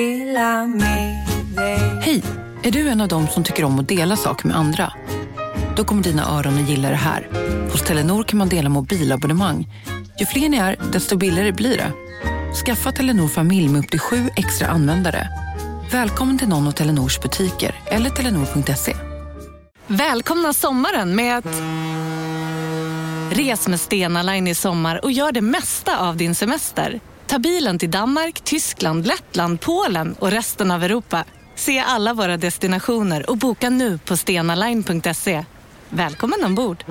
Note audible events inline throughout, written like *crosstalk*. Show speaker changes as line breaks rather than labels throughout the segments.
dela med dig.
Hej! Är du en av dem som tycker om att dela saker med andra? Då kommer dina öron att gilla det här. Hos Telenor kan man dela mobilabonnemang. Ju fler ni är, desto billigare blir det. Skaffa Telenor familj med upp till sju extra användare. Välkommen till någon av Telenors butiker eller telenor.se.
Välkomna sommaren med att... Res med Stena Line i sommar och gör det mesta av din semester. Ta bilen till Danmark, Tyskland, Lettland, Polen och resten av Europa. Se alla våra destinationer och boka nu på stenaline.se. Välkommen ombord!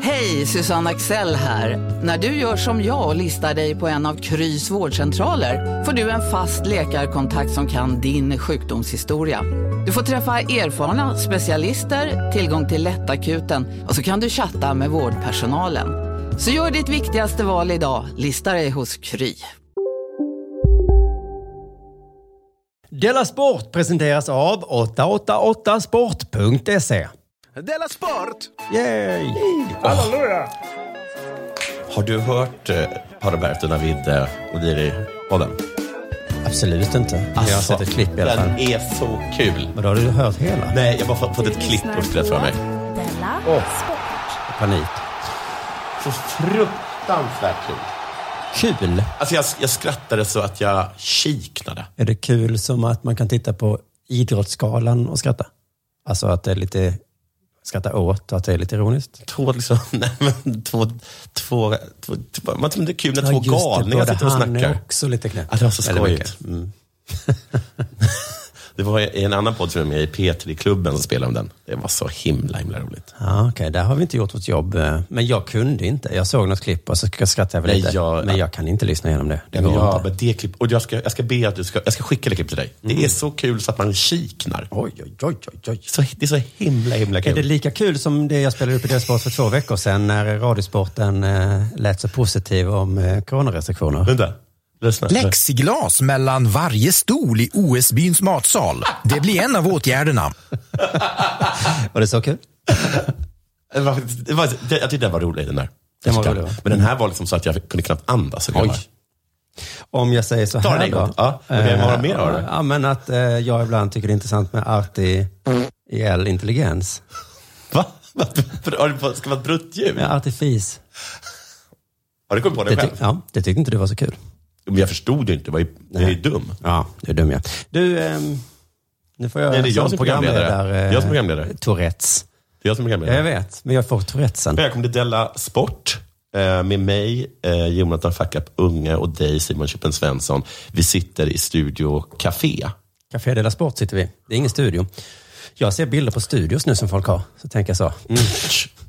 Hej, Susanne Axel här. När du gör som jag och listar dig på en av Krys vårdcentraler får du en fast läkarkontakt som kan din sjukdomshistoria. Du får träffa erfarna specialister, tillgång till lättakuten och så kan du chatta med vårdpersonalen. Så gör ditt viktigaste val idag, listar dig hos Kry.
Della Sport presenteras av 888sport.se.
Della Sport!
Yay!
Har du hört eh, Paramberto Navid eh, och Diri-podden?
Absolut inte. jag har sett ett klipp i alla
Den
fall.
är så kul.
Men då Alltså, har du hört hela.
Nej, jag har bara fått- fått ett klipp uppspelat för mig.
Della
Panik.
Så fruktansvärt kul.
Kul.
Alltså jag, jag skrattade så att jag kiknade.
Är det kul som att man kan titta på Idrottsgalan och skratta? Alltså att det är lite skratta åt och att det är lite ironiskt.
Två liksom, *laughs* nej men två, två, två, två man tycker det är kul när två
just det,
galningar
både
sitter och
Han
snackar.
är också lite knäpp.
Ja, det var så
Eller
skojigt.
mycket.
Mm. *laughs* det var i en annan podd som jag var med i, P3-klubben, som spelade om den. Det var så himla, himla roligt.
Ja, Okej, där har vi inte gjort vårt jobb. eh, Men jag kunde inte. Jag såg något klipp och så skrattade jag väl
Nej,
lite.
jag-
men jag kan inte lyssna igenom det. Det går
ja,
inte.
men det klipp, och jag ska, jag ska be att du ska, jag ska skicka det klippet till dig. Det är så kul så att man kiknar.
Mm. Oj, oj, oj, oj, oj.
Så, det är så himla, himla
Är det
kul.
lika kul som det jag spelade upp i Delsport för två veckor sedan när Radiosporten eh, lät så positiv om eh, coronarestriktioner?
Vänta, lyssna.
Plexiglas mellan varje stol i OS-byns matsal. Det blir en av åtgärderna.
Var det så kul?
Det var, det var, det, jag tyckte den var rolig, den där.
Den var rolig, va? Mm.
Men den här var liksom så att jag kunde knappt andas.
Oj. Om jag säger så
Ta
här
det
då. Eh,
igång. Ja, okej, vad har du mer då, eller?
Ja, men att eh, jag ibland tycker det är intressant med artificiell intelligens.
Va? Har det fått- Ska det vara ett bruttdjur?
Ja, artifis.
Har du kommit på det
Det ty-
själv?
ja, det tyckte inte du var så kul.
Men jag förstod ju inte. Det var ju, jag är ju dum.
Ja, du är dum ja. Du, ehm, nu får alltså, jag...
Nej, det är jag som programledare. Det är jag som programledare.
Tourettes.
Det är jag som är
eh, Ja,
programledare.
jag vet. Men jag får Tourettesen.
Välkommen till Della Sport eh, med mig, eh, Jonathan Fackap Unge och dig Simon Chippen Svensson. Vi sitter i Studio Café. Mm.
Café de la Sport sitter vi. Det är ingen studio. Jag ser bilder på studios nu som folk har. Så tänker jag så. mm,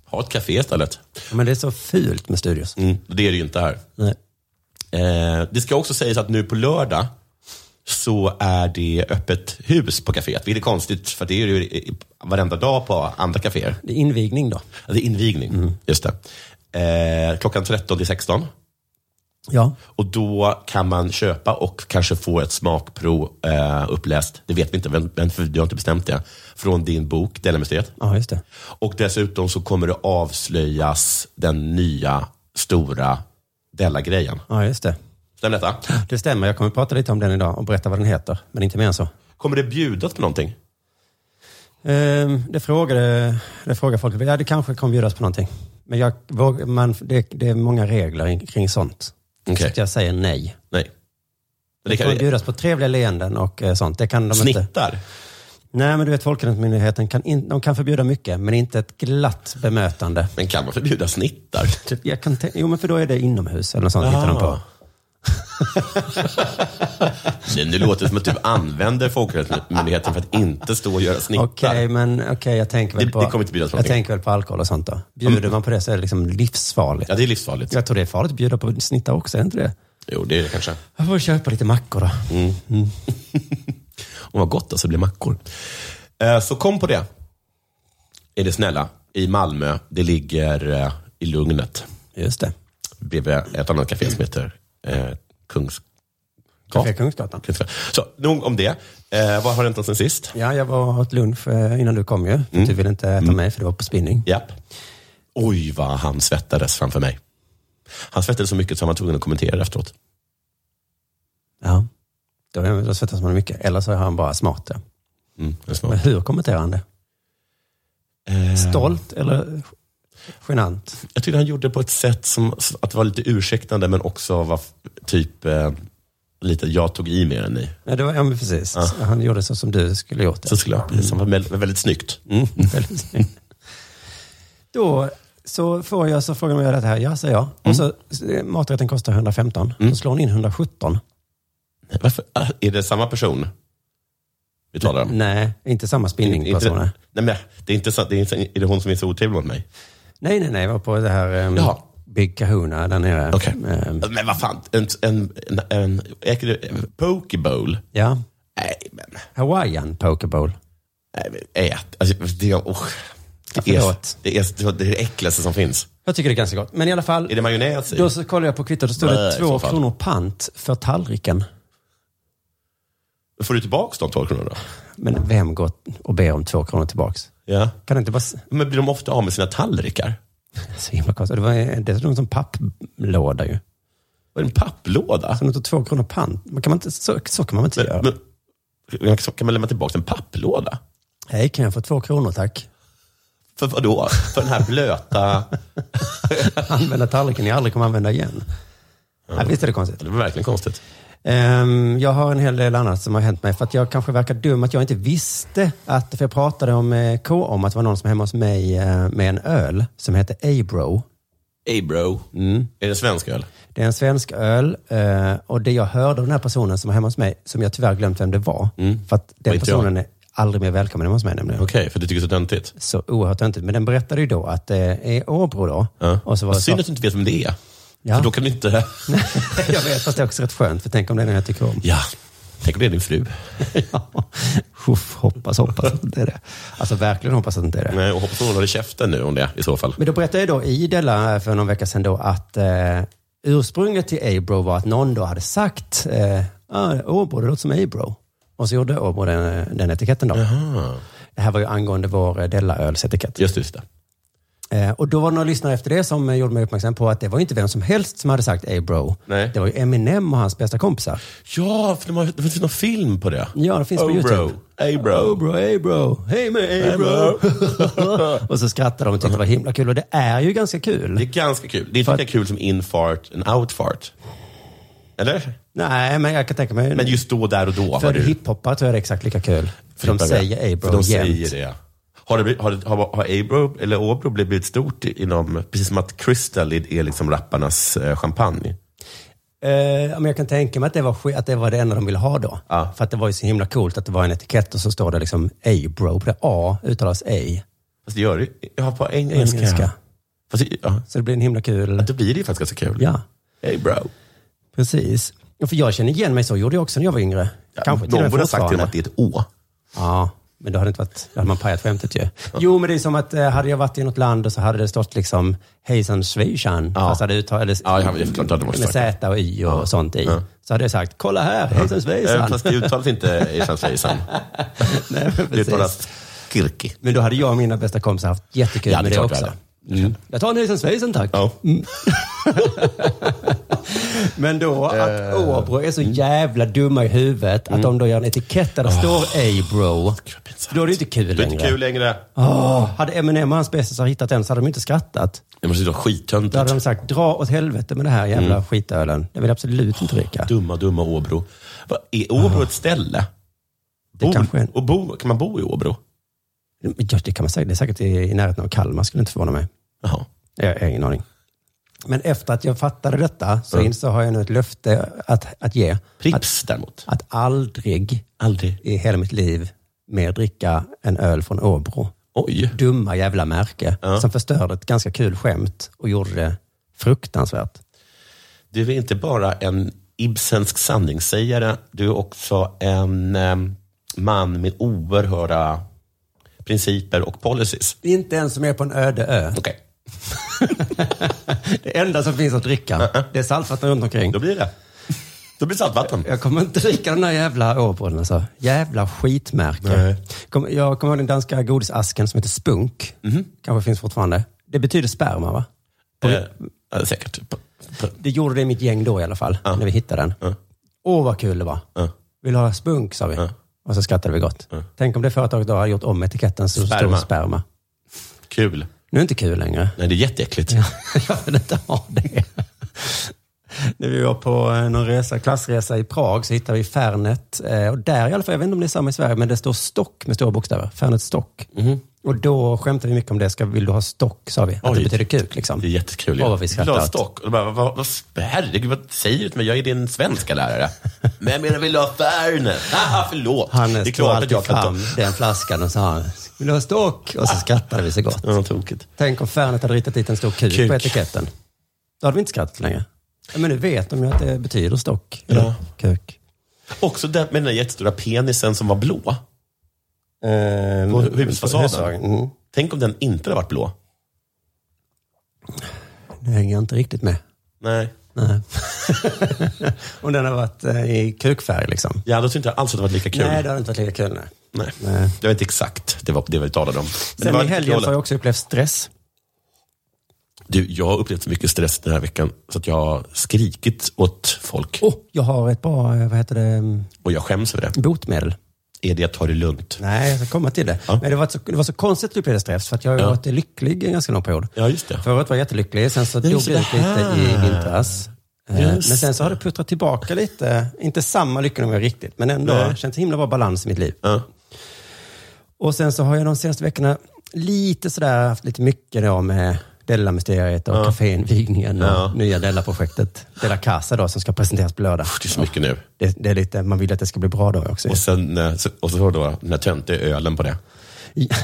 Ha ett café istället.
Men det är så fult med studios.
Mm, det är det ju inte här.
Nej.
Eh, det ska också sägas att nu på lördag så är det öppet hus på kaféet. Vilket är konstigt, för det är ju i- i- varenda dag på andra kaféer.
Det är invigning då.
Ja, Det är invigning. Just det. Eh, klockan 13 till 16.
Ja.
Och då kan man köpa och kanske få ett smakprov eh, uppläst, det vet vi inte, men, men för du har inte bestämt det, från din bok Delamysteriet.
Ja, just det.
Och dessutom så kommer det avslöjas den nya stora Della-grejen.
Ja, just det.
Stämmer detta?
Det stämmer. Jag kommer prata lite om den idag och berätta vad den heter. Men inte mer än så.
Kommer det bjudas på någonting?
Ehm, Det frågade, det frågade folk. Ja, det kanske kommer bjudas på någonting. Men jag, våg- man, det, det är många regler kring sånt.
Okej.
Så jag säger nej.
Nej. Men
Det
det
kommer
kan,
bjudas på trevliga leenden och eh, sånt. Det kan de inte.
snittar?
Nej, men du vet Folkhälsomyndigheten kan, in, de kan förbjuda mycket, men inte ett glatt bemötande.
Men kan man förbjuda snittar?
*laughs* Typ, jag kan tän- jo, men för då är det inomhus eller något sånt hittar de på.
Det, det låter som att du använder Folkhälsomyndigheten för att inte stå och göra snittar.
Okej, men okej, jag tänker väl
Det-
på...
det kommer inte bjudas på
Jag
någonting.
tänker väl på alkohol och sånt då. Bjuder man på det så är det liksom livsfarligt.
Ja, det är livsfarligt.
Jag tror det är farligt att bjuda på snittar också, är det inte det?
Jo, det är det kanske.
Jag får köpa lite mackor då.
Mm. Och vad gott alltså, det blir mackor. Eh, Så kom på det. Är det snälla. I Malmö, det ligger eh, i Lugnet.
Just det.
Bredvid ett annat café som heter eh, Kungs...
Café
Ja.
Kungsgatan.
Kungs- Så, nog om det. Eh, vad har hänt sen sist?
Ja, jag var åt lunch eh, innan du kom ju. För
Mm.
Du ville inte äta mig för det var på spinning.
Japp. Oj, vad han svettades framför mig. Han svettades så mycket så han var tvungen att kommentera det efteråt.
då, då svettas man mycket. Eller så är han bara smart. Ja.
Mm, det är
Men
smart.
hur kommenterar han det?
Eh,
Stolt eller genant?
Jag tyckte han gjorde det på ett sätt som att det var lite ursäktande men också var f- typ eh, lite jag tog i mer än ni.
Ja, det var, ja men precis. Han gjorde så som du skulle gjort det.
Så skulle jag, som var väldigt, väldigt snyggt. Mm.
Då så får jag så frågar man det här. Ja, säger jag.
Mm.
Och så, eh, maträtten kostar 115. Så slår hon in 117.
Varför? Ah, Är det samma person vi talar om?
Nej, inte samma
inte,
spinningperson.
nej
Nej.
men det är inte så, det är, inte, är det hon som är så otrevlig mot mig?
nej, nej, nej. Jag var på det här um,
Jaha.
Big Kahuna där nere.
Okej.
Ehm,
Men vad fan, en, en, en, en, en, en pokebowl?
ja.
Nej men,
Hawaiian Pokeball.
nej, men ät. Alltså, det, är- oh, det, är,
förlåt.
det, är, det är det äckligaste som finns.
Jag tycker det är ganska gott. Men i alla fall,
Är det majonnäs i?
då så kollade jag på kvittot. Då stod
Nej,
det
i
två
så fall.
kronor pant för tallriken.
Får du tillbaka de 12 kronorna?
Men vem går och ber om två kronor tillbaks?
Ja.
Kan det inte bara... s-
Men blir de ofta av med sina tallrikar?
Så himla konstigt. Det var dessutom som papplåda ju.
Var det en papplåda?
Så de tog två kronor pant. Man kan man inte, så, så kan man inte göra.
Men, men, kan- kan man lämna tillbaka en papplåda?
Hej, kan jag få två kronor tack?
För vad då? För den här *laughs* blöta...
Använda tallriken jag aldrig kommer använda igen. Ja, visst är det konstigt?
Det var verkligen konstigt.
Ehm, jag har en hel del annat som har hänt mig. För att jag kanske verkar dum att jag inte visste att... För jag pratade om eh, K om att det var någon som hemma hos mig eh, med en öl som hette Abro.
Ey bro, är det svensk öl?
Det är en svensk öl eh, och det jag hörde av den här personen som var hemma hos mig, som jag tyvärr glömt vem det var, för att
Och
den
inte Mm. jag.
personen är aldrig mer välkommen hemma hos mig nämligen.
Okej, för du tycker det är så töntigt.
Så oerhört töntigt. Men den berättade ju då att det är Åbro då.
Ja.
Och så var det
Synd
så,
att du inte vet vem det är.
Ja.
För då kan du inte...
*laughs* jag vet, fast det är också rätt skönt, för tänk om det är någon jag tycker om.
Ja, tänk om det är din fru.
Ja. *laughs* Uff, hoppas, hoppas att det inte är det. Alltså verkligen hoppas att det inte är det.
Nej, och hoppas hon håller käften nu om det i så fall.
Men då berättade jag då i Della för någon vecka sedan då att eh, ursprunget till Abro var att någon då hade sagt eh, ah, Åbro, det låter som Abro. Och så gjorde Åbro den, den etiketten då.
Aha.
Det här var ju angående vår eh, Della-ölsetikett.
Just det, just det.
Eh, och då var det några lyssnare efter det som eh, gjorde mig uppmärksam på att det var ju inte vem som helst som hade sagt Abro.
Nej.
Det var ju Eminem och hans bästa kompisar.
Ja, för de har, det finns någon film på det.
Ja, det finns på
Oh,
YouTube. Oh,
bro. Ey bro.
Abro, Abro, hej med Abro. *laughs* och så skrattade de och tyckte det var himla kul. Och det är ju ganska kul.
Det är ganska kul. Det är inte lika kul som infart and outfart. Eller?
Nej, men jag kan tänka mig...
Men just då, där och då.
För
var det-
hiphoppare tror jag det är exakt lika kul. För de
Flippar det.
säger Abro
För de
jämt.
säger det. Har, det, blivit- har, det- har, har Abro, eller Åbro blivit stort inom, precis som att Crystal är är liksom rapparnas eh, champagne?
Eh, men jag kan tänka mig att det, var, sk- att det var det enda de ville ha då.
Ja.
För att det var ju så himla coolt att det var en etikett och så står det liksom A-bro. På det A uttalas A.
Fast det gör det ja, på eng- engelska.
Engelska.
engelska. Fast, det- ja,
Så det blir en himla kul...
då blir det ju faktiskt ganska kul.
Ja,
Abro.
precis. Ja, För jag känner igen mig, så gjorde jag också när jag var yngre. Kanske till
Någon
och
borde ha
med
sagt till
fortfarande.
dem att det är ett Å.
Ja, men då hade, det inte varit, då hade man pajat skämtet ju. Jo, men det är som att eh, hade jag varit i något land och så hade det stått liksom hejsan svejsan.
Ja.
Alltså hade uttal, eller,
Ja, jag vet klart att det måste
med
sagt det.
Z och Y och sånt i. Så hade jag sagt, kolla här, hejsan
Eh,
svejsan.
Fast det uttalas inte i fransvisan.
Nej, men
Det
precis.
uttalas Kirki.
*laughs* Men då hade jag och mina bästa kompisar haft jättekul
Ja, det
med
är
det
klart vi
också.
hade. Mm.
Jag tar en hejsan svejsan tack.
Ja.
Men då att
Eh.
Åbro är så
Mm.
jävla dumma i huvudet att de då gör en etikett där det står A-bro. Då är det inte kul
Det är inte
längre.
kul längre.
Åh, hade Eminem och hans bästisar hittat den så hade de inte skrattat.
Det måste ju vara
Då hade de
skittöntigt.
sagt, dra åt helvete med det här jävla
Mm.
skitölen. Det vill jag absolut inte dricka.
Dumma, dumma Åbro. Va, Är Åbro ett ställe?
Det kanske är en...
och bo, kan man bo i Åbro?
Ja, det kan man säga. Det är säkert i, i närheten av Kalmar, skulle inte förvåna mig.
Jaha.
Jag jag har ingen aning. Men efter att jag fattade detta så,
Mm.
in, så har jag nu ett löfte att, att ge. Att,
Pripps däremot.
att aldrig
Aldrig.
i hela mitt liv mer dricka en öl från Åbro.
Oj.
Dumma jävla märke
Ja.
som förstörde ett ganska kul skämt och gjorde det fruktansvärt.
Du är inte bara en Ibsensk sanningssägare, du är också en em, man med oerhörda principer och policies.
Inte ens som är på en öde ö.
Okej,
Det enda som finns att dricka, det är saltvatten runt omkring.
då blir det. Då blir det saltvatten.
*laughs* Jag kommer inte dricka den där jävla Åbron alltså. Jävla skitmärke.
Nej.
Kom, jag kommer ihåg den danska godisasken som heter Spunk.
Mhm.
Kanske finns fortfarande. Det betyder sperma va?
Eh, ja, säkert. P- p-
Det gjorde det i mitt gäng då i alla fall, när vi hittade den. Åh vad kul det var.
Ja.
Vill du ha spunk? sa vi.
Ja.
Och så skrattade vi gott.
Ja.
Tänk om det företaget då hade gjort om etiketten så sperma.
Sperma.
stod sperma.
Kul.
Nu är det inte kul längre.
Nej, det är jätteäckligt. *laughs*
Jag vill inte ha det. När vi var på eh, någon resa, klassresa i Prag så hittade vi Fernet. Eh, Och där i alla fall, jag vet inte om det är samma i Sverige, men det står stock med stora bokstäver. Fernet stock.
Mhm.
Och då skämtade vi mycket om det. Ska, vill du ha stock? Sa vi. Att det
Oj.
betyder kuk liksom.
Det är jättekul.
Åh, vad vi skrattar
Glad
åt.
stock. Och då bara, vad, vad, herregud, vad säger du till mig? Jag är din
*laughs*
svenska lärare. Men jag menar, vill du ha Fernet? Haha, förlåt.
Han eh,
det är
stod
klart att
alltid
jag kan
fram
ta...
den flaskan och sa han, vill du ha stock? Och så skrattade vi så gott.
Ja, vad tokigt.
Tänk om Fernet hade ritat dit en stor kuk,
Kuk.
på etiketten. Då hade vi inte skrattat längre. Ja, Men nu vet de ju att det betyder stock. Eller
Ja.
kuk.
Också den, med den där jättestora penisen som var blå.
Eh,
På husfasaden.
Mm.
Tänk om den inte hade varit blå.
Nu hänger jag inte riktigt med.
Nej.
Nej. Om den har varit eh, i kukfärg liksom.
Ja, då tyckte jag inte alls att det var lika kul.
Nej, det har inte varit lika kul. Nej.
Nej.
Nej.
Det var inte exakt det, var, det vi talade om. Men det
Sen
var
i
lite
helgen
roligt.
så har jag också upplevt stress.
Du, jag har upplevt så mycket stress den här veckan så att jag har skrikit åt folk.
Oh, jag har ett bra, eh, vad heter det, mm,
Och jag skäms över det.
botemedel.
Är det att ta det lugnt?
Nej, jag ska komma till det.
Ja.
Men det var, så, det var så konstigt att du upplevde stress, för att jag har ju
Ja.
varit lycklig en ganska lång period.
Ja, just det.
Förut var jag jättelycklig, sen så
Ja,
dog
just
det
det
ut lite i
här.
vintras. Eh, Men
Just
sen så har det puttrat tillbaka lite. Inte samma lyckonummer riktigt, men ändå.
Nej.
Det känns himla bra balans i mitt liv.
Ja.
Och sen så har jag de senaste veckorna lite sådär haft lite mycket då med Della-mysteriet och ja. kaféinvigningen och
Ja.
nya Della-projektet. Della Casa då, som ska presenteras på lördag.
Det är så mycket nu.
Det, det är lite, man vill att det ska bli bra då också.
Och, sen, eh, så- och så har då den här töntiga ölen på det.
*laughs* Ja,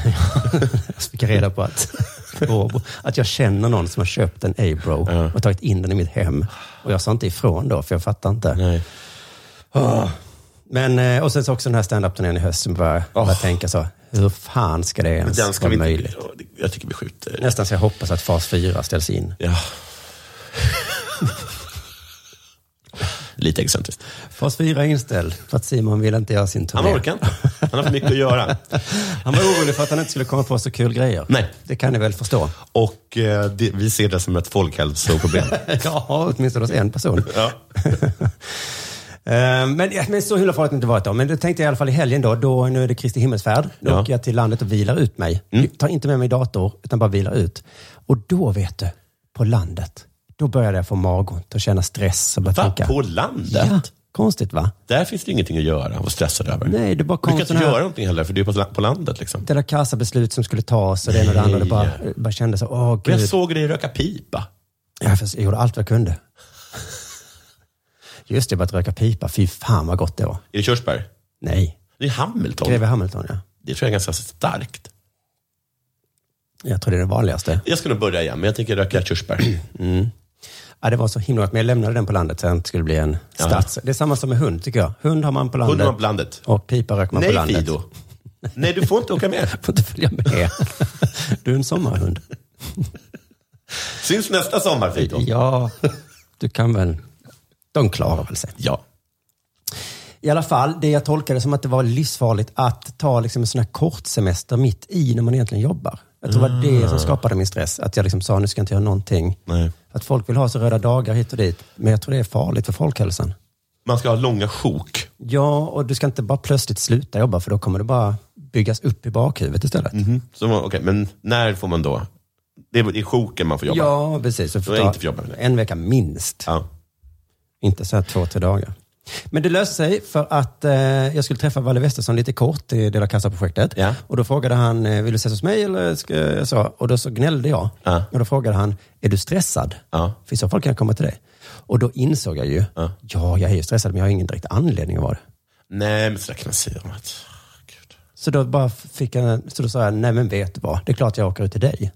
jag fick reda på att, *laughs* att jag känner någon som har köpt en Abro
Ja.
och tagit in den i mitt hem. Och jag sa inte ifrån då, för jag fattar inte.
Nej.
Ah. Men, eh, och sen så också den här standup-turnén i höst som bara, bara tänka så, hur fan ska det ens
Den ska
vara
vi inte...
möjligt?
Ja, det- Jag tycker vi skjuter.
Nästan så jag hoppas att fas 4 ställs in.
Ja. Lite excentriskt.
Fas 4 är inställd för att Simon vill inte göra sin turné.
Han orkar inte. Han har för mycket att göra.
Han var orolig för att han inte skulle komma på så kul grejer.
Nej.
Det kan ni väl
*laughs*
förstå?
Och eh, det, vi ser det som ett folkhälsoproblem.
Ja, åtminstone hos en person.
Ja.
Eh, Men, ja, men så himla farligt har det inte varit då. Men det tänkte jag i alla fall i helgen då. då nu är det Kristi himmelsfärd. Då
Ja. Mm.
åker jag till landet och vilar ut mig. Tar inte med mig dator, utan bara vilar ut. Och då vet du, på landet, då började jag få magont och känna stress och börja
Va?
tänka.
På landet?
Ja, konstigt va?
Där finns det ingenting att göra och stressad över.
Nej, det bara
du
kom
kan inte
sån här-
göra någonting heller, för du är på, på landet. Liksom.
Det där kassabeslut som skulle tas och det ena och det andra. Det bara,
Nej.
bara kändes så, åh
Men
gud.
jag såg dig röka pipa.
Ja, för jag gjorde allt vad jag kunde. Just det, bara att röka pipa. Fy fan vad gott det var.
Är det Körsberg?
Nej,
Det är Hamilton.
greve Hamilton ja.
Det tror jag är ganska starkt.
Jag tror det är det vanligaste.
Jag ska nog börja igen, men jag tänker röka körsbär.
Ja, det var så himla gott, men jag lämnade den på landet så jag inte skulle bli en
Ja.
stads... Det är samma som med hund, tycker jag. Hund har man på landet
Hundra på landet.
och pipa röker man på
Nej,
landet.
Fido. Nej, du får inte åka med.
*laughs* får inte följa med. Du är en sommarhund.
Syns nästa sommar, Fido.
Ja, du kan väl... De klarar väl sig.
Ja.
I alla fall, det jag tolkade som att det var livsfarligt att ta liksom en sån här kort semester mitt i när man egentligen jobbar. Jag tror det var det som skapade min stress. Att jag liksom sa, nu ska jag inte göra någonting.
Mm. Nej.
Att folk vill ha så röda dagar hit och dit. Men jag tror det är farligt för folkhälsan.
Man ska ha långa sjok.
Ja, och du ska inte bara plötsligt sluta jobba för då kommer det bara byggas upp i bakhuvudet istället.
Mm. Så man, okej, men när får man då? Det är, det är sjoken man får jobba.
Ja, precis. Så
Då är jag inte för jobba med det.
En vecka minst.
Ja.
Inte så här två, tre dagar. Men det löste sig för att eh, jag skulle träffa Valle Westesson lite kort i Dela Kassa-projektet.
Ja.
Och då frågade han, eh, vill du ses hos mig eller ska jag så? Och då så gnällde jag.
Ja.
Och då frågade han, är du stressad?
Ja.
För i så fall kan jag komma till dig. Och då insåg jag ju,
Ja.
ja, jag är ju stressad men jag har ingen direkt anledning att vara det.
Nej, men sådär kan man säga. om att- Gud.
Så då, bara fick jag, så då sa jag, nej men vet du vad, det är klart jag åker ut till dig.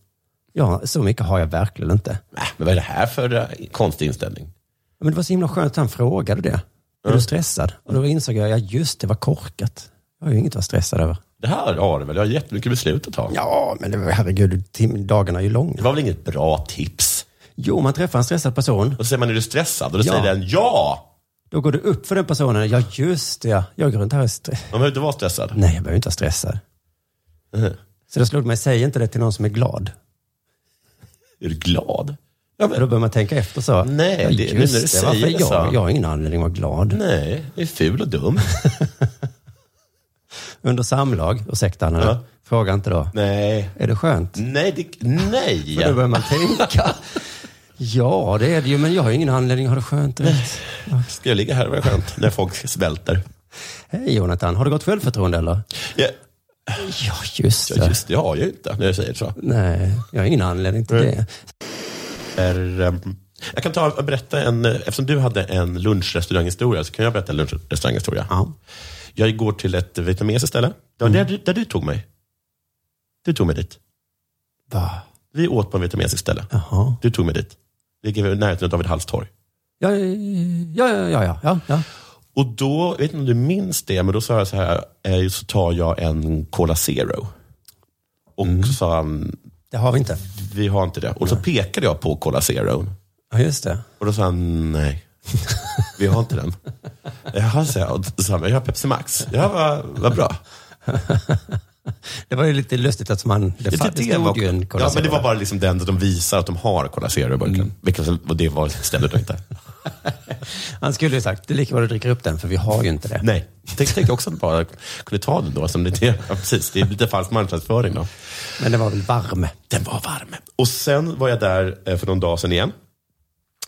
Ja, så mycket har jag verkligen inte.
Nej, Äh, men vad är det här för eh, konstig inställning?
Men det var så himla skönt att han frågade det. Är du stressad? Och då insåg jag, ja just det, var korkat. Jag har ju inget att vara stressad över.
Det här har du väl? Jag har jättemycket beslut att ta.
Ja, men det var, herregud, tim- dagarna är ju
Det
långa.
var väl inget bra tips?
Jo, om man träffar en stressad person,
Och så säger man, är du stressad? Och då
Ja.
säger den, ja!
då går det upp för den personen, ja just det, ja. jag går runt här och är stre-
Man behöver inte vara stressad.
Nej, jag behöver inte vara stressad.
Mhm.
Så då slog det mig, säg inte det till någon som är glad.
Är du glad? Ja,
Då
men,
börjar man tänka efter så.
Nej,
ja,
det- nu när
just
du
det,
säger
varför
så.
jag, jag har ingen anledning att vara glad.
nej, det är ful och dum. *laughs*
Under samlag, ursäkta Anna,
Ja.
fråga inte då.
nej.
Är det skönt?
Nej, det, nej.
Och då börjar man tänka. ja, det är det ju, men jag har ju ingen anledning att ha det skönt. direkt.
*laughs* Ska jag ligga här och vara skönt när folk svälter?
Hej Jonathan, har du gott självförtroende eller?
Ja,
Ja, just
ja,
det.
just det, jag har ju inte när jag säger så.
Nej, jag har ingen anledning till det.
Är, ehm, jag kan ta och berätta en, eh, eftersom du hade en lunchrestauranghistoria, så kan jag berätta en lunchrestauranghistoria.
Ja.
Jag går till ett vietnamesiskt ställe, där, där, du, där du tog mig. Du tog mig dit.
Va?
Vi åt på ett vietnamesiskt ställe.
Jaha.
Du tog mig dit. Det ligger i närheten av ett halstorg.
Ja, ja, ja, ja, ja, ja, ja.
Och då, jag vet inte om du minns det, men då sa jag så här, eh, så tar jag en Cola Zero. Och så sa han,
Det har vi inte.
vi har inte det. Och så pekade jag på Cola Zero.
Ja, just det.
Och då sa han, nej, vi har inte den. Jaha, sa jag. Och så sa han, jag har Pepsi Max. Ja, vad, vad bra.
Det var ju lite lustigt att man... Det, det, det stod ju en
ja, men det var
bara...
bara liksom den som de visar att de har Cola Zero-burken.
Mm.
Vilket och det var stämde då inte.
Han skulle ju sagt, det är lika bra du dricker upp den för vi har ju inte det.
Nej, tänk, tänkte också att bara kunde ta den då. Som det, ja, precis, det är lite falsk marknadsföring då.
Men det var väl varm.
Den var varm. Och sen var jag där eh, för någon dag sedan igen.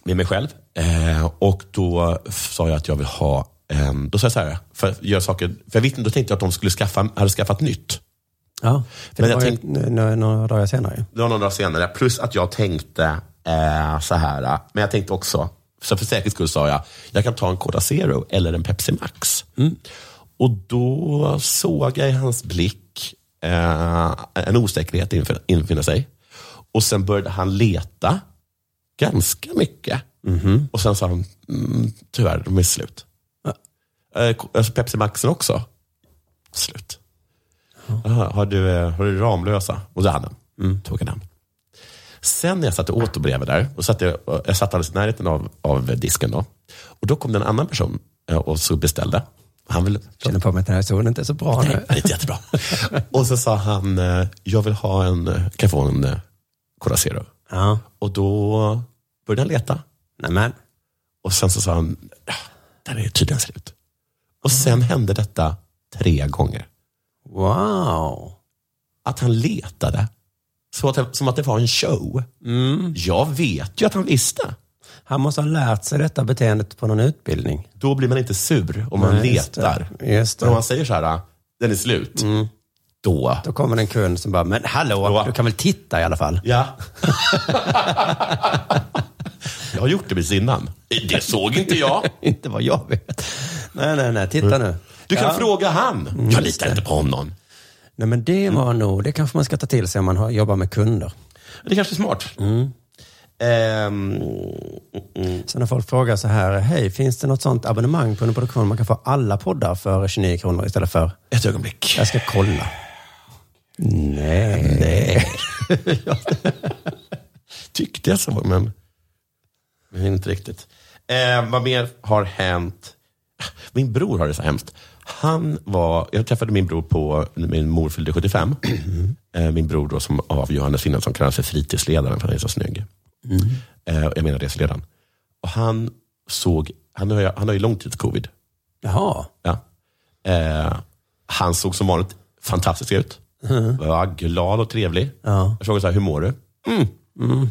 Med mig själv. Eh, och då sa jag att jag vill ha, eh, då sa jag så här, för att göra saker, för jag vet inte, då tänkte jag att de skulle skaffa, hade skaffat nytt.
Ja, för
Men
det
jag
var ju
tänk-
n- n- några dagar senare. ju.
Det var några dagar senare. Plus att jag tänkte eh, så här. eh, Men jag tänkte också, så för säkerhets skull sa jag, jag kan ta en Cola Zero eller en Pepsi Max. Och då såg jag i hans blick eh, en osäkerhet infin- infinna sig. Och sen började han leta ganska mycket. Och sen sa han, mm, tyvärr, de är slut. Eh, ko- alltså Pepsi Maxen också. Slut. Aha, har, du, eh, har du Ramlösa? Och så hade han. Tog han den. Sen när jag satt och åt bredvid där, och satt jag, och jag satt alldeles i närheten av, av disken då. Och då kom det en annan person eh, och så beställde. Han ville...
Känner på mig att den här historien inte är så bra
Nej,
nu.
det är inte jättebra. *laughs* Och så sa han, eh, jag vill ha en, eh, kan jag få en eh, Cola Zero?
Ja,
Och då började han leta.
nämen.
Och sen så sa han, "Ja, där är tydligen slut. Och sen hände detta tre gånger.
Wow.
att han letade. Så att, som att det var en show.
Mm.
Jag vet ju att han visste.
Han måste ha lärt sig detta beteendet på någon utbildning.
Då blir man inte sur om man
Nej, just det.
letar.
Just det. Mm.
Men om man säger så här, "Ah, den är slut. Då.
Då kommer det en kund som bara, men hallå,
Då-
du kan väl titta i alla fall? *laughs*
Ja. *laughs* jag har gjort det precis innan. Det såg inte jag.
inte vad jag vet. Nej, nej, nej, titta nu.
Du kan
Ja.
fråga han. Jag litar inte på honom.
Nej, men det
Mm.
var nog, det kanske man ska ta till sig om man har, jobbar med kunder.
Det är kanske är smart. Ehm, mm,
Så när folk frågar så här, hej, finns det något sånt abonnemang på en produktion man kan få alla poddar för 29 kronor istället för,
ett ögonblick.
jag ska kolla. Nej. nej.
Tyckte jag så, men, men inte riktigt. Eh, vad mer har hänt? Min bror har det så hemskt. Han var, jag träffade min bror på, min mor fyllde 75. Eh, min bror då som av Johannes Finlandsson kallas för fritidsledaren för han är så snygg. Eh, jag menar reseledaren. Och han såg, han har ju, han har ju långtidscovid.
Jaha.
Ja. Eh, han såg som vanligt fantastisk ut. Var glad och trevlig.
Ja.
Jag frågade så här, hur mår du? Mm.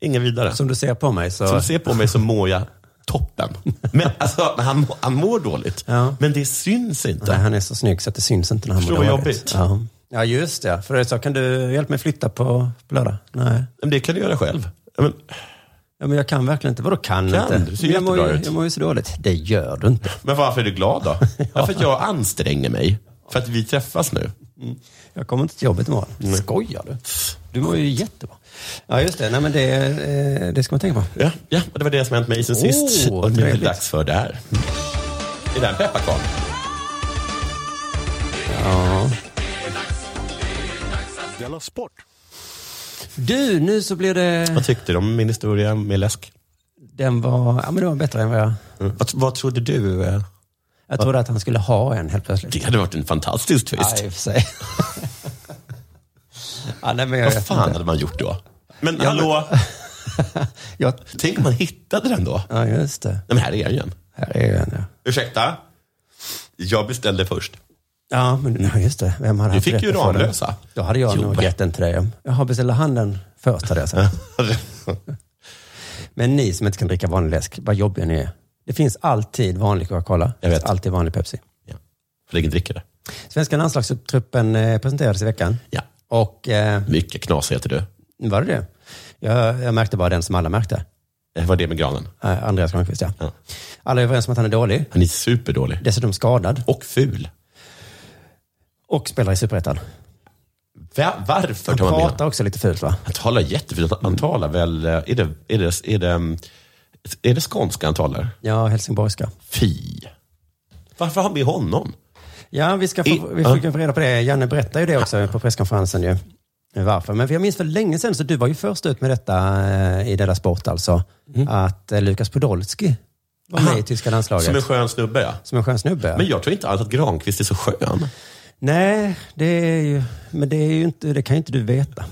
Ingen vidare.
Som du ser på mig så...
Som du ser på mig så mår jag *laughs* toppen. Men alltså, han, må- han mår dåligt.
Ja.
Men det syns inte.
Nej, han är så snygg så att det syns inte när han
Förstår
mår
vad
dåligt.
jobbigt.
Ja. ja, just det. För det är så, kan du hjälpa mig flytta på, på lördag? Nej.
Men det kan du göra själv. Ja, Men,
Ja, men jag kan verkligen inte. Vadå kan,
Kan?
inte?
Du ser
Men jag, mår ju,
jättebra ut.
jag mår ju så dåligt. Det gör du inte.
men varför är du glad då? *laughs* ja. För att jag anstränger mig. För att vi träffas nu.
Jag kommer inte till jobbet imorgon. Skojar du? Du mår ju jättebra. Ja, just det. Nej, men det, eh, det ska man tänka på.
Ja, ja och det var det som hänt mig sen
Åh,
sist. Och nu är det
trevligt.
dags för det här. Är det här en pepparkakor?
Du, nu så blir det...
Vad tyckte du om min historia med läsk?
Den var, ja, men det var bättre än vad jag...
Mm. Vad, vad trodde du? eh,
Jag trodde att han skulle ha en helt plötsligt.
Det hade varit en fantastisk twist.
Ja, i och för
*laughs*
sig. ja, nej, men jag
Vad
vet
fan
inte.
hade man gjort då? Men hallå,
ja,
Tänk om man hittade den då. Nej,
ja, just det.
men här är den ju. en.
Här är den, ja.
Ursäkta? Jag beställde först.
Ja, men ja, just det. Vem hade
Du
haft
fick
rätt
ju
att få den?
Ramlösa.
Då hade jag
Jo,
nog
men-
gett den till dig. Jaha, beställde han den först hade jag sagt. Men ni som inte kan dricka vanlig läsk, vad jobbiga ni är. Det finns alltid vanlig Coca-Cola.
Jag
Jag
vet.
vet. Alltid vanlig Pepsi.
*laughs* ja. För ingen dricker det.
Svenska landslagstruppen eh, presenterades i veckan.
Ja.
Och eh,
Mycket knas heter du.
var det det? Jag, jag märkte bara den som alla märkte.
Det var det med granen.
Eh, Andreas Granqvist, ja.
Ja.
Alla är överens om att han är dålig.
Han är superdålig.
Dessutom skadad.
Och ful.
Och spelar i Superettan.
Va- varför
Han
tar man med honom?
pratar också lite fult va?
Han talar jättefint. Han talar väl... eh, Är det, är, det, är, det, är det skånska han talar?
Ja, helsingborgska.
Fy. Varför har han med honom?
Ja, vi ska få,
I-
vi
ja.
försöker få reda på det. Janne berättade ju det också på presskonferensen. Ju. Varför? Men för jag minns för länge sedan, så du var ju först ut med detta eh, i Della Sport alltså,
Mm.
att eh, Lukas Podolski var med i tyska landslaget.
Som en skön snubbe, ja.
skön snubbe.
Men jag tror inte alls att Granqvist är så skön.
Nej, det är ju, men det, är ju inte, det kan ju inte du veta.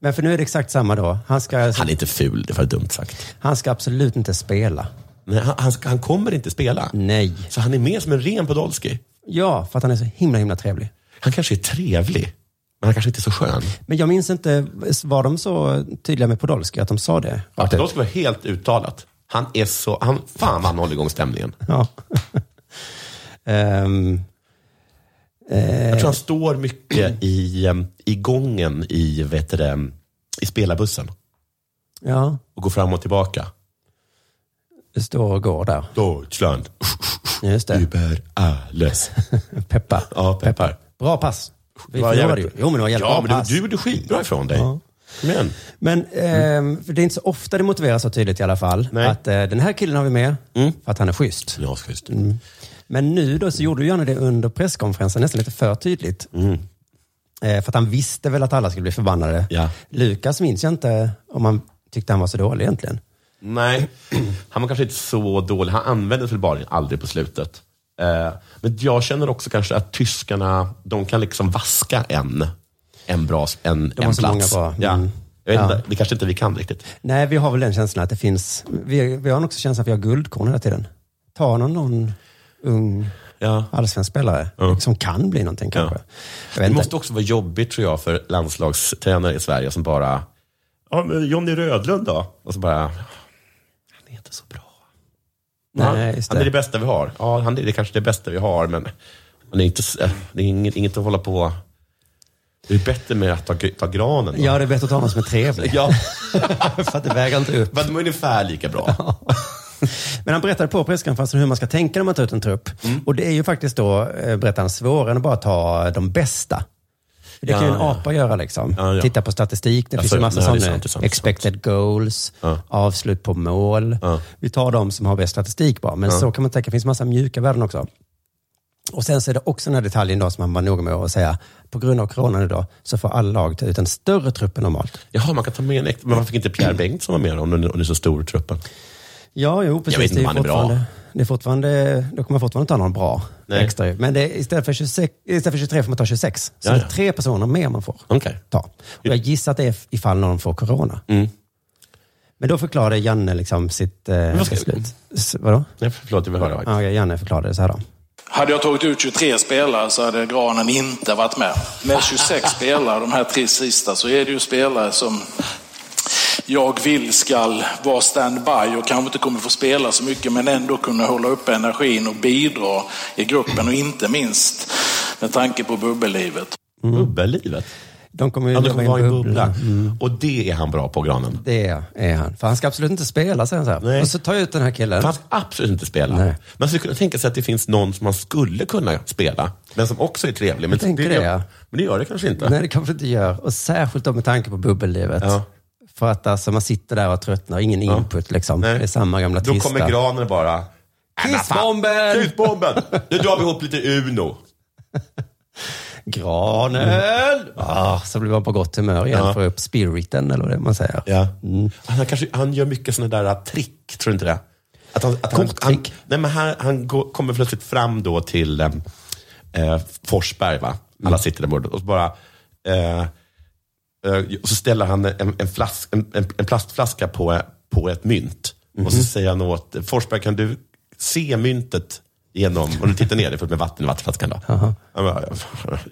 Men för nu är det exakt samma då. Han ska, alltså,
Han är inte ful, det var dumt sagt.
han ska absolut inte spela.
Nej, han, han, ska- han kommer inte spela.
Nej.
Så han är med som en ren Podolski.
Ja, för att han är så himla, himla trevlig.
Han kanske är trevlig, men han kanske inte är så skön.
Men jag minns inte, var de så tydliga med Podolski att de sa det? rakt ut?
Podolski var helt uttalat. Han är så... Han, fan vad han håller igång stämningen.
Ja. *laughs* Ehm,
Jag
Eh.
tror han står mycket i, em, i gången i, vet du, det, i spelarbussen
ja,
och går fram och tillbaka.
det står och går där.
Deutschland,
Just det.
über alles.
Peppar.
Ja, peppar.
Bra pass. Vi
Vad
förlorade ju.
jävligt.
Jo, men det var jävligt
Ja,
bra
men
pass.
du, du gjorde skitbra ifrån dig. Men,
Men ehm, för det är inte så ofta det motiveras så tydligt i alla fall.
Nej. Mm.
Att eh, den här killen har vi med för att han är schysst.
ja, schysst.
Men nu då så gjorde ju Janne det under presskonferensen nästan lite för tydligt.
Mm.
Eh, för att han visste väl att alla skulle bli förbannade.
Ja.
Lukas minns jag inte om han tyckte han var så dålig egentligen.
Nej, *clears throat* han var kanske inte så dålig. Han användes väl bara aldrig på slutet. Eh, Men jag känner också kanske att tyskarna, de kan liksom vaska en, en bra en,
har
en
så
plats.
många bra.
Ja.
Mm.
Jag vet
Ja.
Inte, det kanske inte vi kan riktigt.
Nej, vi har väl den känslan att det finns... Vi, vi har nog också känslan att vi har guldkorn hela tiden. Ta någon, någon ung
Ja.
allsvensk spelare
Ja.
som kan bli någonting kanske.
Ja.
Jag
Det
vet
måste
inte.
också vara jobbigt tror jag för landslagstränare i Sverige som bara, ja men Johnny Rödlund då? Och så bara, han är inte så bra. han,
Nej, just
han är det
det.
bästa vi har. Ja, han är det kanske det bästa vi har, men han är inte, s- eh, det är inget, inget att hålla på... Det är bättre med att ta, ta granen. då.
Ja, det är bättre att ta någon som är trevlig.
ja.
för att det väger inte upp.
Men de är ungefär lika bra.
Men han berättade på presskonferensen hur man ska tänka när man tar ut en trupp.
Mm.
Och det är ju faktiskt då, eh, berättar han, svårare än att bara ta de bästa. För Det kan ju en
Ja,
apa göra liksom.
Ja, ja.
Titta på statistik, det
Ja,
finns
så-
ju massa
nej, det är
sådana.
sant, det är sant, det är
expected goals,
Ja.
avslut på mål.
Ja.
Vi tar de som har bäst statistik bara. Men så kan man tänka, det finns massa mjuka värden också. Och sen så är det också den här detaljen då som man var noga med att säga. På grund av corona nu då, så får alla lag ta ut en större trupp än normalt.
Jaha, man kan ta med en äkta, men varför fick inte Pierre
Mm.
Bengtsson vara med då, om den om den är så stor i truppen?
Ja, jo, precis.
Jag vet inte
Det är
om han är bra.
fortfarande- Det är fortfarande, då kommer man fortfarande ta någon bra
Nej.
extra. Men det är, istället, för 26, istället för 23 får man ta 26. Så
Jaja.
det är tre personer mer man får
Okej. Mm.
ta. Och jag gissar att det är ifall någon får corona. Men då förklarade Janne liksom sitt eh,
vad ska-
beslut. S- Vadå?
Nej, förlåt, jag vill höra.
Ja, Janne förklarade det så här då.
Hade jag tagit ut 23 spelare så hade Granen inte varit med. Med 26 spelare, de här tre sista, så är det ju spelare som jag vill ska vara standby och kanske inte kommer få spela så mycket men ändå kunna hålla uppe energin och bidra i gruppen och inte minst med tanke på bubbellivet.
Bubbellivet.
De kommer ju
Han kommer
leva
vara
i
i
en
bubbla.
Mm.
Och det är han bra på, granen.
Det är, är han. För han ska absolut inte spela, säger han så här.
Nej.
Och så tar jag ut den här killen.
Han ska absolut inte spela.
Nej.
Man skulle kunna tänka sig att det finns någon som man skulle kunna spela, men som också är trevlig. Men,
Jag tänker det, ja.
men det gör det kanske
*laughs*
inte.
Nej, det kanske inte gör. Och särskilt då med tanke på bubbellivet.
Ja.
För att alltså, man sitter där och tröttnar, ingen input liksom.
Nej.
Det är samma gamla
Då
trista.
kommer granen bara. "Äh, men fan,
Kissbomben!"
Kissbomben! Nu drar vi ihop lite Uno.
Granen! Ah, så blir man på gott humör igen,
Mm. Ja.
får upp spiriten eller vad det är man säger.
Ja. Mm. Han, kanske, han gör mycket sådana där äh, trick, tror du inte det? Att han, att han, han,
Korttrick.
nej, men han, han går, kommer plötsligt fram då till eh, Mm. eh, Forsberg, va? Alla sitter där borta och så bara... Eh, Eh, äh, Och så ställer han en, en, flask, en, en, en plastflaska på, på ett mynt. Och så säger han åt Forsberg, kan du se myntet genom... Och du tittar ner, det är fullt med vatten i vattenflaskan. Då. Han bara,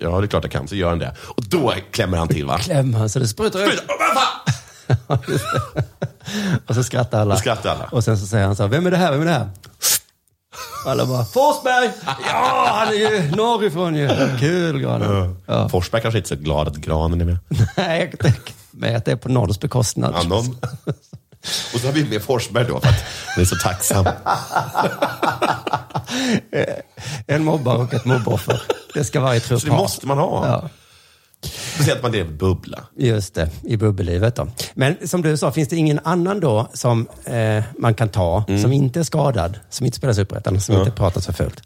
ja, det är klart jag kan. Så gör han det. Och då klämmer han till. va?
Kläm han så det sprutar ut.
Åh, vad fan!
Och så skrattar alla.
Och skrattar alla.
Och sen så säger han så här, vem är det här, vem är det här? Och alla bara, Forsberg! Ja, han är ju norrifrån ju. Kul granen. Ja.
Forsberg kanske inte är så glad att granen är med.
Nej, jag tänker mig att det är på Norrs bekostnad.
Ja, någon. *laughs* Och så har vi med Forsberg då, för att Alltså, han är så tacksam.
En mobbare och ett mobboffer. Det ska varje trupp
Så det
ha.
måste man ha.
Ja.
Speciellt man lever i bubbla.
Just det, i bubbellivet då. Men som du sa, finns det ingen annan då som eh, man kan ta,
Mm.
som inte är skadad, som inte spelar Superettan, som inte pratar så fult?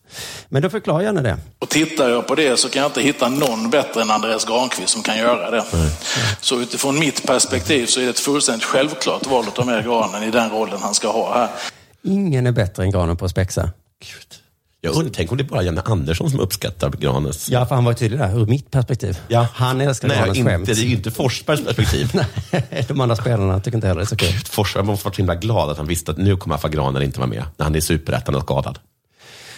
Men då förklarar gärna det.
Och tittar jag på det så kan jag inte hitta någon bättre än Andreas Granqvist som kan göra det. Så utifrån mitt perspektiv så är det ett fullständigt självklart val att ta med Granen i den rollen han ska ha här.
Ingen är bättre än granen på att spexa.
Gud. Jag undrar, tänk om det är bara Janne Andersson som uppskattar granens...
Ja, för han var ju tydlig där, ur mitt perspektiv. Han älskar
Nej,
granens
inte,
skämt. *laughs*
Det är ju inte Forsbergs perspektiv.
De andra spelarna tycker inte heller det är så kul.
Gud, Forsberg måste ha varit så himla glad att han visste att nu kommer Affa Granen inte vara med. När han är i superettan och skadad.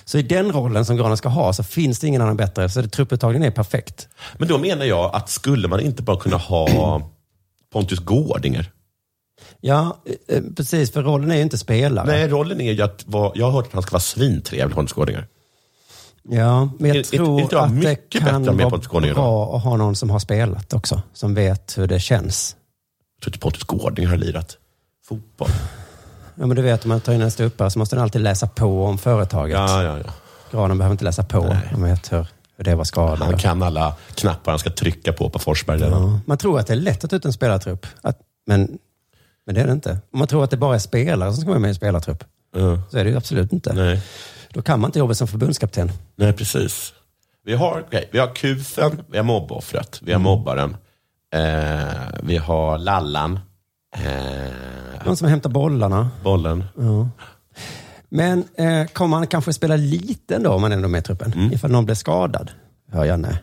Så i den rollen som granen ska ha så finns det ingen annan bättre. Så det, trupputtagningen är perfekt.
Men då menar jag att skulle man inte bara kunna ha Pontus Gårdinger?
Ja, eh, eh, precis. För rollen är ju inte spelare.
Nej, rollen är ju att vara, jag har hört att han ska vara svintrevlig, Pontus Gårdinger.
Ja, men jag
Är- är-
tror
är inte jag
att det
mycket
kan
bättre med
vara
Pontus Gårdinger då?
bra att ha någon som har spelat också. Som vet hur det känns.
Jag tror inte Pontus Gårdinger har lirat fotboll.
Ja, men du vet, om man tar in en ståuppare så måste den alltid läsa på om företaget.
Ja, ja, ja.
Granen behöver inte läsa på.
Nej.
Han vet hur, hur det var skadad.
Han kan alla knappar han ska trycka på på Forsberg redan.
Ja, Man tror att det är lätt att ta ut en spelartrupp. Att, men, men det är det inte. Om man tror att det bara är spelare som ska vara med i en spelartrupp.
Ja.
Så är det ju absolut inte.
Nej.
Då kan man inte jobba som förbundskapten.
Nej, precis. Vi har, okej, vi har kufen, vi har mobboffret, vi har mobbaren, eh, vi har lallan, eh,
Någon som hämtar bollarna.
bollen.
Men eh, kommer han kanske spela lite ändå om han ändå är med i truppen?
Mm.
Ifall någon blir skadad? Hör jag nej.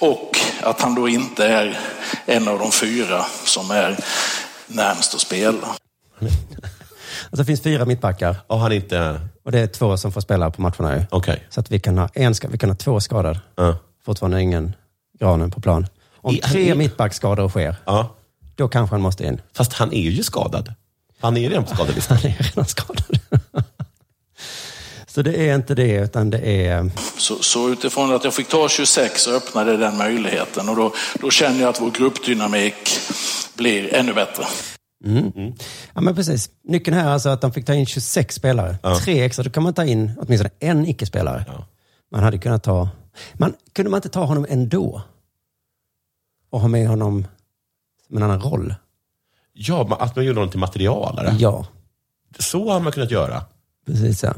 Och att han då inte är en av de fyra som är närmst att spela.
Alltså, det finns fyra mittbackar
Och han är inte...
och det är två som får spela på matcherna. ju.
Okej.
Så att vi kan ha, en, ska- vi kan ha två skador.
Ja.
Fortfarande ingen Granen på plan. Om
I-
tre
i-
mittbacksskador sker,
Ja.
då kanske han måste in.
Fast han är ju skadad. Han är redan
*laughs*
på skadelistan.
Han är redan skadad. Så det är inte det, utan det är...
Så, så utifrån att jag fick ta 26 så öppnade den möjligheten och då, då känner jag att vår gruppdynamik blir ännu bättre.
Mm. Ja, men precis. Nyckeln här är alltså att de fick ta in 26 spelare. Tre extra, då kan man ta in åtminstone en icke-spelare.
Ja.
Man hade kunnat ta... Man, kunde man inte ta honom ändå? Och ha med honom som en annan roll?
Ja, men att man gjorde honom till materialare.
Ja,
Så har man kunnat göra.
precis ja.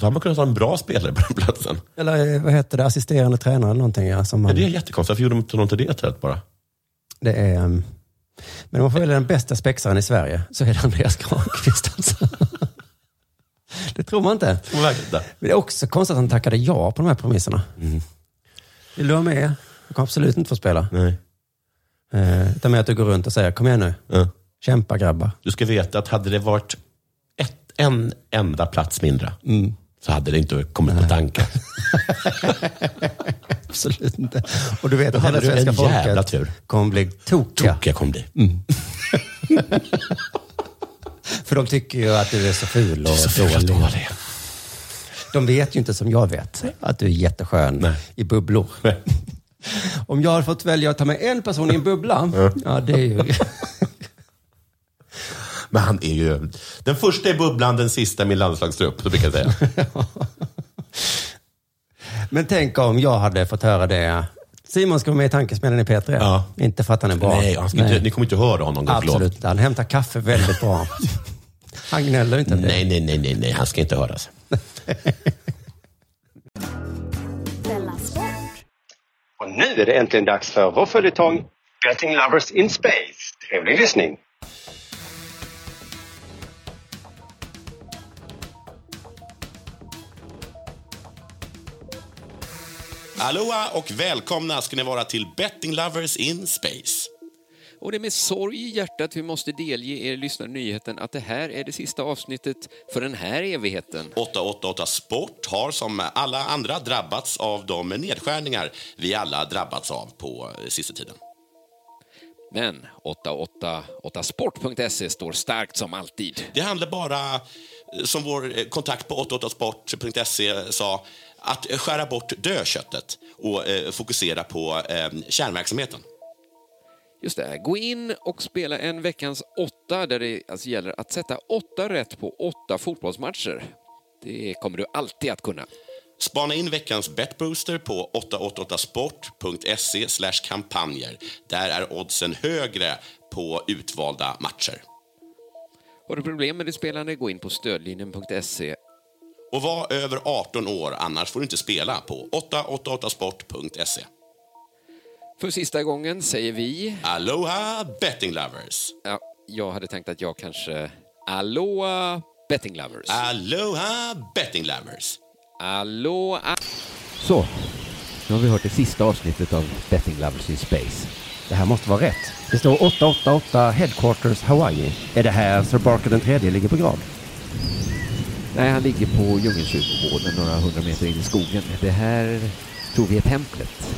Då har man kunnat ha en bra spelare på den platsen.
Eller eh, vad heter det, assisterande tränare eller någonting. Ja, som man,
Men det är jättekonstigt. Varför gjorde de inte honom till det trädet bara?
det är, ehm, men om man får välja den bästa spexaren i Sverige så är det Andreas Granqvist alltså. *laughs* Det tror man inte.
Tror man verkligen inte.
Men det är också konstigt att han tackade ja på de här premisserna.
Mm.
Vill du vara med? Du kommer absolut inte få spela.
Nej.
Eh, utan med att du går runt och säger, kom igen nu.
Ja.
Kämpa grabbar.
Du ska veta att hade det varit ett, en enda plats mindre så hade det inte kommit på tanken. *laughs*
Absolut inte. Och du vet att hela
hade du
svenska
en jävla
folket
tur.
kommer bli tokiga.
Tokig jag kommer bli.
För de tycker ju att du är så ful och
Så fult att
dålig.
vara det.
De vet ju inte som jag vet att du är jätteskön
Nej.
i bubblor.
Nej.
Om jag har fått välja att ta med en person i en bubbla, ja det är ju...
Men han är ju den första i bubblan, den sista i min landslagstrupp. Så brukar jag säga.
Men tänk om jag hade fått höra det. Simon ska vara med i Tankesmedjan i P3.
*laughs* Ja.
Inte för att han är bra.
Nej, han ska inte, ni kommer inte höra honom. gudskelov.
Absolut inte. Han hämtar kaffe väldigt
*laughs*
bra. Han gnäller inte. om det.
Nej, nej, nej, nej, nej, han ska inte höras.
Och nu är det äntligen dags för vår följetong Betting Lovers in Space. Trevlig lyssning!
Aloha och välkomna ska ni vara till Betting Lovers in Space.
Och det är med sorg i hjärtat vi måste delge er lyssnare nyheten att det här är det sista avsnittet för den här evigheten.
888 Sport har som alla andra drabbats av de nedskärningar vi alla drabbats av på eh, sista tiden.
Men 888sport.se står starkt som alltid.
Det handlar bara, eh, som vår eh, kontakt på 88sport.se sa, att eh, skära bort dödköttet och eh, fokusera på eh, kärnverksamheten.
Just det, gå in och spela en veckans åtta där det alltså gäller att sätta åtta rätt på åtta fotbollsmatcher. Det kommer du alltid att kunna.
Spana in veckans Betbooster på 888sport.se slash kampanjer. Där är oddsen högre på utvalda matcher.
Har du problem med ditt spelande, gå in på stödlinjen.se.
Och var över 18 år, annars får du inte spela på 888sport.se.
För sista gången säger vi...
Aloha betting lovers!
Ja, jag hade tänkt att jag kanske... Aloha betting lovers.
Aloha betting lovers!
Aloha...
Så, nu har vi hört det sista avsnittet av Betting Lovers in Space.
Det här måste vara rätt. Det står 888 Headquarters Hawaii. Är det här Sir Barker den tredje ligger på grav?
Nej, han ligger på djungelkyrkogården några hundra meter in i skogen. Det här tror vi är templet.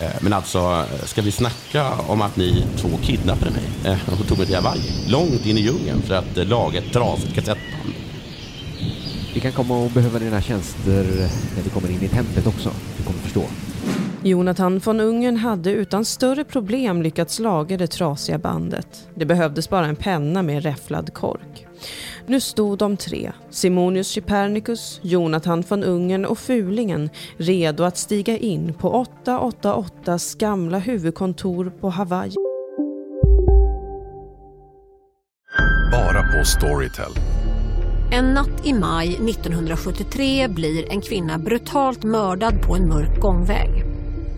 Eh, Men alltså, eh, ska vi snacka om att ni två kidnappade mig eh, och tog mig till Hawaii? Långt in i djungeln för att eh, laga ett trasigt kassettband.
Vi kan komma och behöva dina tjänster när vi kommer in i templet också. Du kommer förstå.
Jonathan von Ungern hade utan större problem lyckats laga det trasiga bandet. Det behövdes bara en penna med räfflad kork. Nu stod de tre, Simonius Chypernicus, Jonathan von Ungern och Fulingen, redo att stiga in på 888s gamla huvudkontor på Hawaii.
Bara på Storytel.
En natt i maj 1973 blir en kvinna brutalt mördad på en mörk gångväg.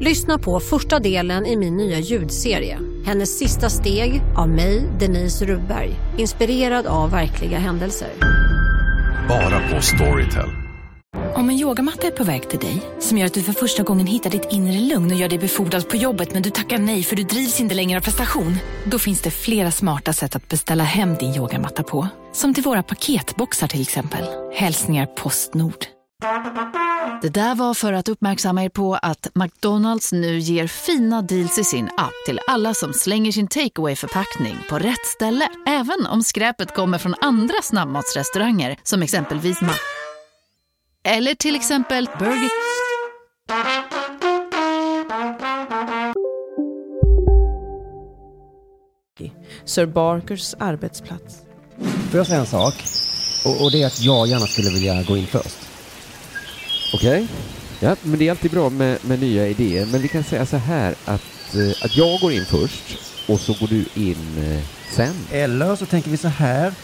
Lyssna på första delen i min nya ljudserie. Hennes sista steg av mig, Denise Rubberg. Inspirerad av verkliga händelser.
Bara på Storytel.
Om en yogamatta är på väg till dig, som gör att du för första gången hittar ditt inre lugn och gör dig befordrad på jobbet men du tackar nej för du drivs inte längre av prestation. Då finns det flera smarta sätt att beställa hem din yogamatta på. Som till våra paketboxar till exempel. Hälsningar Postnord.
Det där var för att uppmärksamma er på att McDonalds nu ger fina deals i sin app till alla som slänger sin takeaway förpackning på rätt ställe. Även om skräpet kommer från andra snabbmatsrestauranger som exempelvis Ma... Eller till exempel Burger...
Sir Barkers arbetsplats.
Får jag säga en sak? Och, och det är att jag gärna skulle vilja gå in först.
Okej? Ja, men det är alltid bra med, med nya idéer. Men vi kan säga så här att, eh, att jag går in först och så går du in eh, sen.
Eller så tänker vi så här.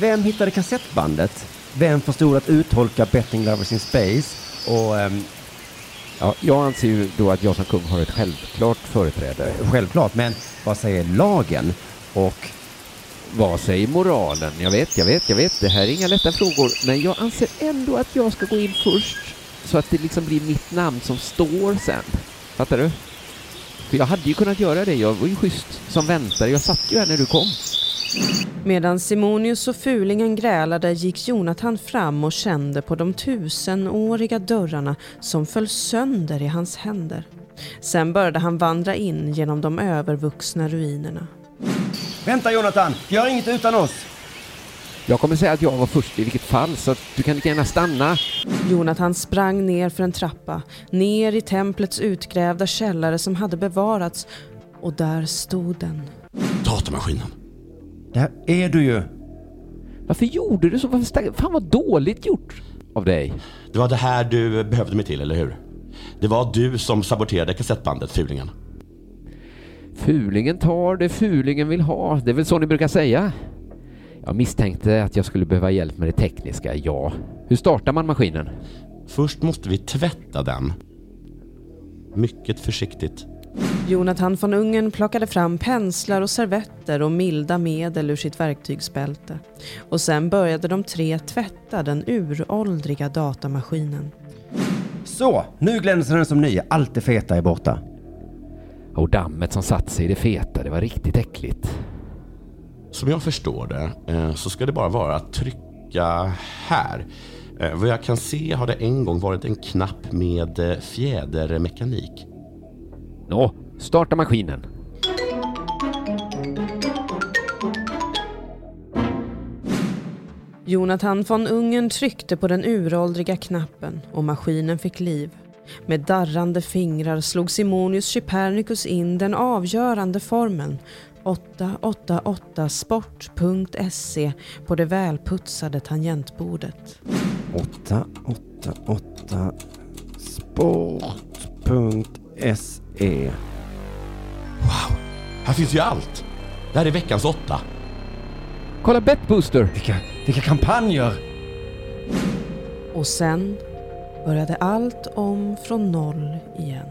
Vem hittade kassettbandet? Vem förstod att uttolka Betting Lovers in Space? Och ehm,
Ja, jag anser ju då att jag som kung har ett självklart företräde.
självklart, men vad säger lagen? Och
Vad säger moralen? Jag vet, jag vet, jag vet. Det här är inga lätta frågor. Men jag anser ändå att jag ska gå in först. Så att det liksom blir mitt namn som står sen. Fattar du? För jag hade ju kunnat göra det. Jag var ju schysst som väntare. Jag satt ju här när du kom.
Medan Simonius och Fulingen grälade gick Jonathan fram och kände på de tusenåriga dörrarna som föll sönder i hans händer. Sen började han vandra in genom de övervuxna ruinerna.
Vänta Jonathan, gör inget utan oss!
Jag kommer säga att jag var först i vilket fall, så att du kan lika gärna stanna.
Jonathan sprang ner för en trappa, ner i templets utgrävda källare som hade bevarats och där stod den.
Datamaskinen.
Där är du ju!
Varför gjorde du så? Varför stack... Fan vad dåligt gjort av dig.
Det var det här du behövde mig till, eller hur? Det var du som saboterade kassettbandet, fulingen.
Fulingen tar det fulingen vill ha. Det är väl så ni brukar säga? Jag misstänkte att jag skulle behöva hjälp med det tekniska, ja. Hur startar man maskinen?
Först måste vi tvätta den. Mycket försiktigt.
Jonathan von Ungern plockade fram penslar och servetter och milda medel ur sitt verktygsbälte. Och sen började de tre tvätta den uråldriga datamaskinen.
Så, nu glänser den som ny. Allt det feta är borta.
Och dammet som satt sig i det feta, det var riktigt äckligt.
Som jag förstår det eh, så ska det bara vara att trycka här. Eh, Vad jag kan se har det en gång varit en knapp med eh, fjädermekanik.
Nå, starta maskinen.
Jonathan von Ungern tryckte på den uråldriga knappen och maskinen fick liv. Med darrande fingrar slog Simonius Chypernicus in den avgörande formeln 888sport.se E, på det välputsade tangentbordet.
888 sport.se
Här finns ju allt! Det här är veckans åtta.
Kolla Betbooster!
Vilka, vilka kampanjer!
Och sen började allt om från noll igen.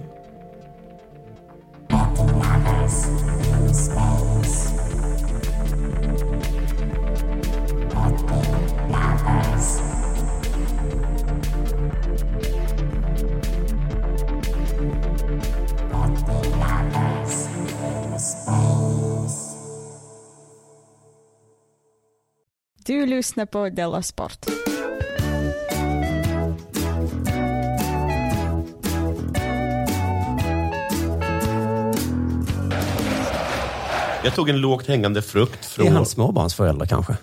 Du lyssnar på Della Sport.
Jag tog en lågt hängande frukt från...
Det är hans småbarnsföräldrar kanske.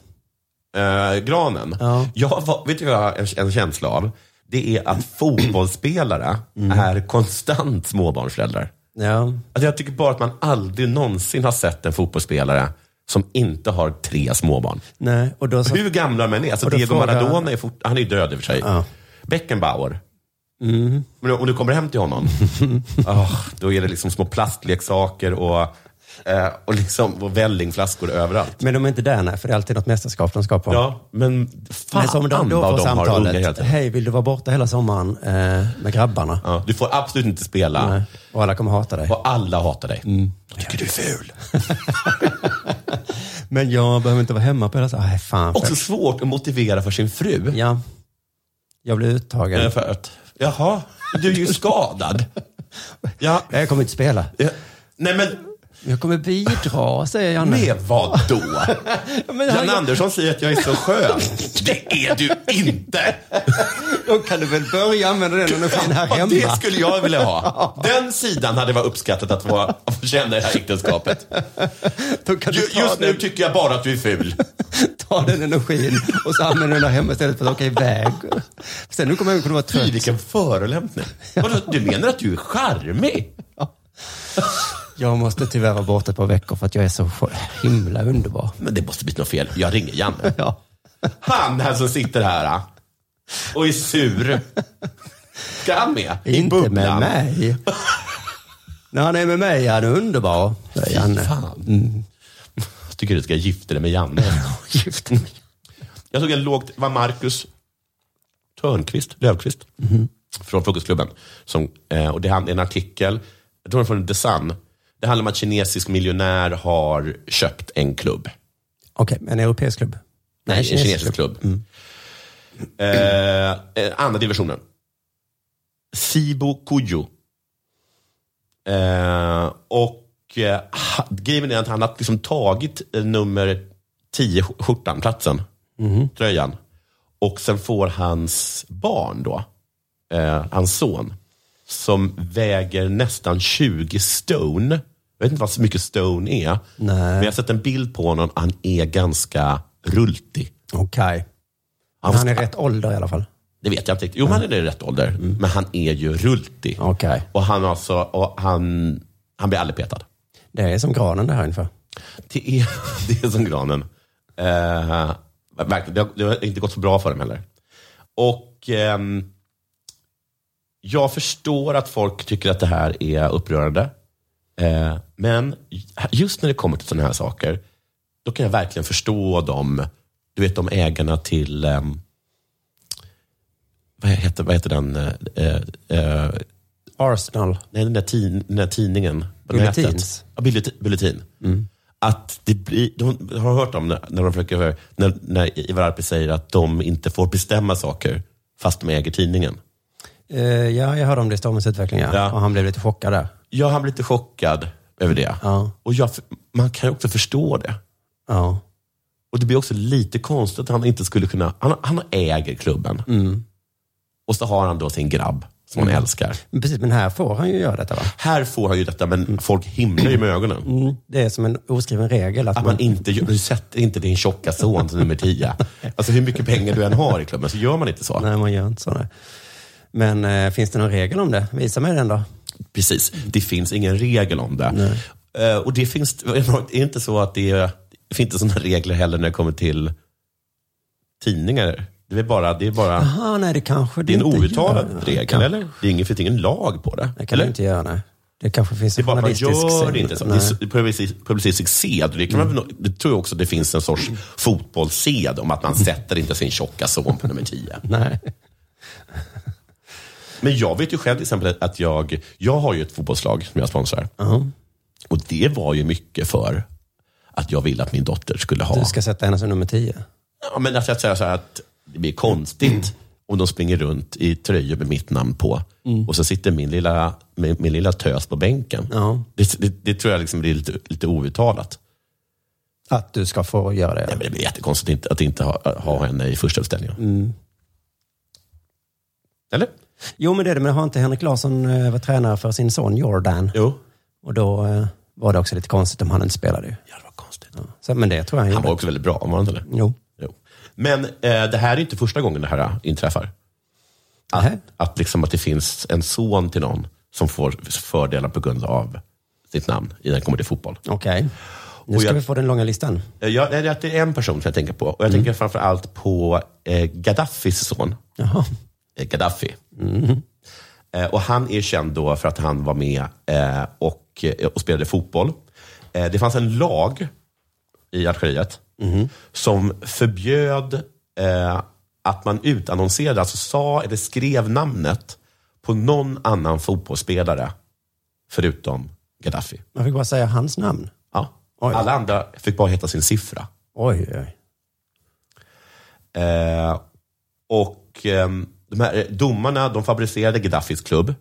Eh, granen. Jag var, vet du vad jag har en, en känsla av? Det är
Mm.
att fotbollsspelare är konstant småbarnsföräldrar.
Ja.
Alltså jag tycker bara att man aldrig någonsin har sett en fotbollsspelare som inte har tre småbarn.
Nej, och då så...
Hur gamla de än är. Alltså
och då
Diego
frågar-
Maradona är, fort, han är ju död i och för sig. Beckenbauer.
Mm.
Men om du kommer hem
*laughs*
till honom, ah, då är det liksom små plastleksaker och, eh, och, liksom, och vällingflaskor överallt.
Men de är inte där, nej, för det är alltid något mästerskap de ska på.
Ja, men fan
Men som de då
vad
får
de har unga hela
samtalet.
tiden.
Hej, vill du vara borta hela sommaren eh, med grabbarna?
Ja, du får absolut inte spela.
Nej. Mm. Och alla kommer hata dig.
Och alla hatar dig. Tycker du är ful.
Men jag behöver inte vara hemma på hela sommaren. Nej, fan.
Också svårt att motivera för sin fru.
Ja. Jag blev uttagen.
Eh, För att, jaha, du är
*laughs*
ju skadad. Ja.
Jag kommer inte spela.
Nej, men...
Jag kommer bidra, säger Janne.
Med vad
*laughs*
då?
men han-
Jan Andersson säger att jag är så
*laughs*
skön. Det är du inte!
Då kan du väl börja använda den när du är här
*laughs* Ja,
hemma.
det skulle jag
*laughs*
vilja ha. Den sidan hade varit uppskattat att få, att få känna i det
*laughs*
här äktenskapet. Ju- Just nu tycker jag bara att du är ful.
Ta den energin och så använder den där hemma istället för att åka iväg. Sen nu kommer jag kunna vara trött. Fy,
vilken förolämpning. Vadå, Du menar att du är charmig?
Jag måste tyvärr vara borta ett par veckor för att jag är så himla underbar.
Men det måste bli något fel. Jag
*laughs*
ringer Janne. Han här som sitter här ah, och är sur. Ska han med? I
Inte med
bubblan?
mig. När han är med mig är han underbar. säger Janne. Mm.
Jag tycker du ska gifta dig med Janne.
*laughs* gifta mig.
Jag tog en lågt, var Marcus Törnqvist, Löfqvist,
Mhm.
från Frukostklubben. Som, eh, och det är han- en artikel, jag tror den är från The Sun. Det handlar om att kinesisk miljonär har köpt en klubb.
Okej, en europeisk klubb?
Nej, en kinesisk Mm. klubb. Eh, eh, andra divisionen. Sibo Kujo. Eh, och eh, ha- grejen är att han har liksom tagit eh, nummer 10, sk- skjortan, platsen, tröjan. Och sen får hans barn då, eh, hans son, som väger nästan 20 stone. Jag vet inte vad så mycket stone är. Men jag har sett en bild på honom, han är ganska rultig.
Okej.
Han,
Han är rätt ålder i alla fall.
det vet jag inte riktigt. Jo, han är i rätt ålder. Men han är ju rultig. Och, han, alltså, och han, han blir aldrig petad.
Det är som granen det här ungefär.
Det är, det är som granen. Eh, verkligen, det, har, det har inte gått så bra för dem heller. Och ehm, jag förstår att folk tycker att det här är upprörande. Eh, men just när det kommer till sådana här saker, då kan jag verkligen förstå dem. Du vet de ägarna till, ehm, vad, heter, vad heter den? eh, eh,
Arsenal.
Nej, den där, tid, den där tidningen. Vad
Bulletins.
den heter? Ja, bullet- bulletin. Att det blir, de har hört om det, när de försöker, när, när Ivar Arpi säger att de inte får bestämma saker fast de äger tidningen.
Eh, ja, jag hörde om det i Stormens utveckling. Ja.
Ja.
Och han blev lite chockad där.
Ja, han blir lite chockad över det. Och jag, man kan ju också förstå det. Och det blir också lite konstigt att han inte skulle kunna... Han, han äger klubben. Och så har han då sin grabb som han
Mm.
älskar.
Men Precis, men här får han ju göra detta va?
Här får han ju detta, men folk himlar ju med ögonen.
Mm, det är som en oskriven regel att,
Att man inte, gör- du sätter inte din tjocka son till nummer
*laughs*
tio. Alltså hur mycket pengar du än har i klubben så gör man inte så.
Nej, man gör inte så. Nej. Men eh, finns det någon regel om det? Visa mig den då.
Precis, det finns ingen regel om det. Eh, och det finns, *laughs* det är inte så att det, är, det finns inte sådana regler heller när det kommer till tidningar. Det är bara, det är bara
Aha, nej Ah, det kanske
det är en
inte
outtalad
gör.
regel,
Kanske.
eller? Det är ingen, finns ingen lag på det.
Det kan
eller?
du inte göra, nej. Det kanske finns
Det är bara att man gör
journalistisk
det
syn.
inte så. Det
Nej. Mm.
är så- publicistisk- publicistisk sed. Och Det, kan man, väl- det tror jag också det finns en sorts fotbollssed
*laughs*
om att man sätter inte sin tjocka son på nummer tio.
Nej.
Men jag vet ju själv till exempel att jag, jag har ju ett fotbollslag som jag sponsrar.
Uh-huh.
Och det var ju mycket för att jag ville att min dotter skulle ha...
Du ska sätta henne som nummer tio.
Ja, men alltså att säga så här att det blir konstigt om de springer runt i tröjor med mitt namn på
Mm.
och så sitter min lilla, min, min lilla tös på bänken.
Ja.
Det, det, det tror jag liksom blir lite, lite outtalat.
Att du ska få göra det.
Nej, men det blir jättekonstigt att inte, att inte ha, ha henne i första uppställningen.
Mm.
Eller?
Jo, men det är det. Men har inte Henrik Larsson eh, varit tränare för sin son Jordan?
Jo.
Och då eh, var det också lite konstigt om han inte spelade ju. Ja, det var konstigt. Så, men det tror jag
Han
gjorde.
var också väldigt bra, var han inte det?
Jo.
Jo. Men eh, det här är inte första gången det här eh, inträffar. Att, att, liksom att det finns en son till någon som får fördelar på grund av sitt namn när det kommer till fotboll.
Okej. Nu
Och
ska
jag-
vi få den långa listan.
Eh, Ja, nej, det är att det är en person som jag tänker på. Och jag tänker framförallt på eh, Gaddafis son.
Jaha.
Eh, Gaddafi.
Mm.
Eh, och han är känd då för att han var med eh, och, eh, och spelade fotboll. Eh, det fanns en lag i Algeriet som förbjöd eh, att man utannonserade, alltså sa eller skrev namnet på någon annan fotbollsspelare förutom Gaddafi.
Man fick bara säga hans namn.
Ja. Alla andra fick bara heta sin siffra.
Oj, oj.
Eh, och ehm, de här eh, domarna, de fabricerade Gaddafis klubb.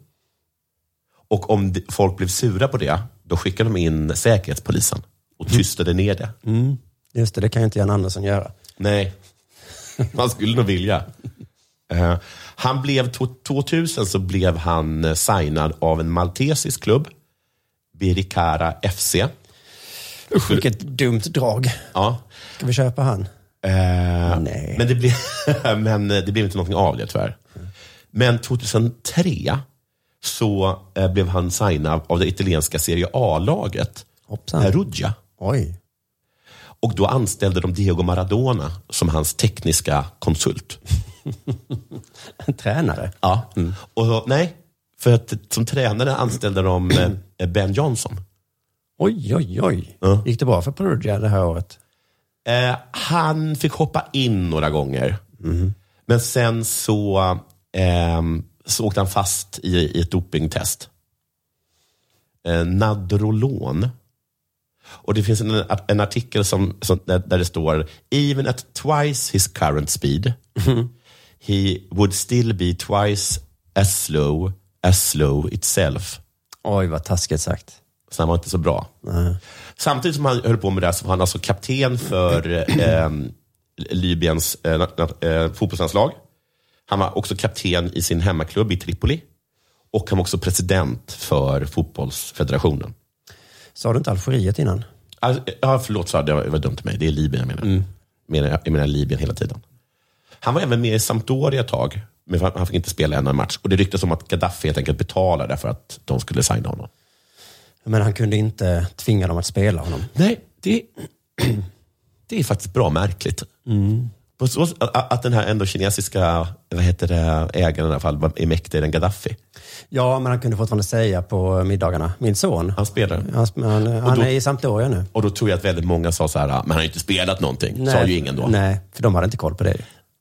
Och om d- folk blev sura på det, då skickade de in säkerhetspolisen och tystade ner det.
Mm. Just det, det kan ju inte Jan Andersson göra.
Nej, *laughs* man skulle nog vilja. Eh, han blev, to- 2000 så blev han eh, signad av en maltesisk klubb, Birikara FC.
Usch, vilket dumt drag.
Ja.
Ska vi köpa han?
Eh, Men, det blev, *laughs* men det blev inte någonting av det tyvärr. Men 2003 så eh, blev han signad av det italienska Serie A-laget Perugia.
Oj.
Och då anställde de Diego Maradona som hans tekniska konsult.
En tränare?
Ja. Och så, nej, för att som tränare anställde de eh, Ben Johnson.
Oj, oj, oj. Gick det bra för Perugia det här året?
Eh, han fick hoppa in några gånger. Men sen så, ehm, så åkte han fast i, i ett dopingtest. Eh, Nadrolon. Och det finns en, en artikel som, som, där, där det står Even at twice his current speed he would still be twice as slow as slow itself.
Oj, vad taskigt sagt.
Så han var inte så bra.
Nej.
Samtidigt som han höll på med det här så var han alltså kapten för *clears throat* eh, Libyens eh, na- na- eh, fotbollslandslag. Han var också kapten i sin hemmaklubb i Tripoli. Och han var också president för fotbollsfederationen.
Sa du inte Algeriet innan?
Alltså, ja, förlåt, så det var det var dumt av mig. Det är Libyen jag menar. menar jag, jag menar Libyen hela tiden. Han var även med i Sampdoria ett tag, men han han fick inte spela en enda match. Och det ryktas om att Gaddafi helt enkelt betalade för att de skulle signa honom.
Men han kunde inte tvinga dem att spela honom.
Nej, det, *clears throat* det är faktiskt bra märkligt. På så, att- att den här ändå kinesiska vad heter det, ägaren i alla fall var- är mäktigare än Gaddafi.
Ja, men han kunde fortfarande säga på middagarna. Min son.
Han spelar.
Han, sp- han, han är i Sampdoria nu.
Och då tror jag att väldigt många sa så här, "Ah, men han har ju inte spelat någonting. Sa ju ingen då.
Nej, för de hade inte koll på det.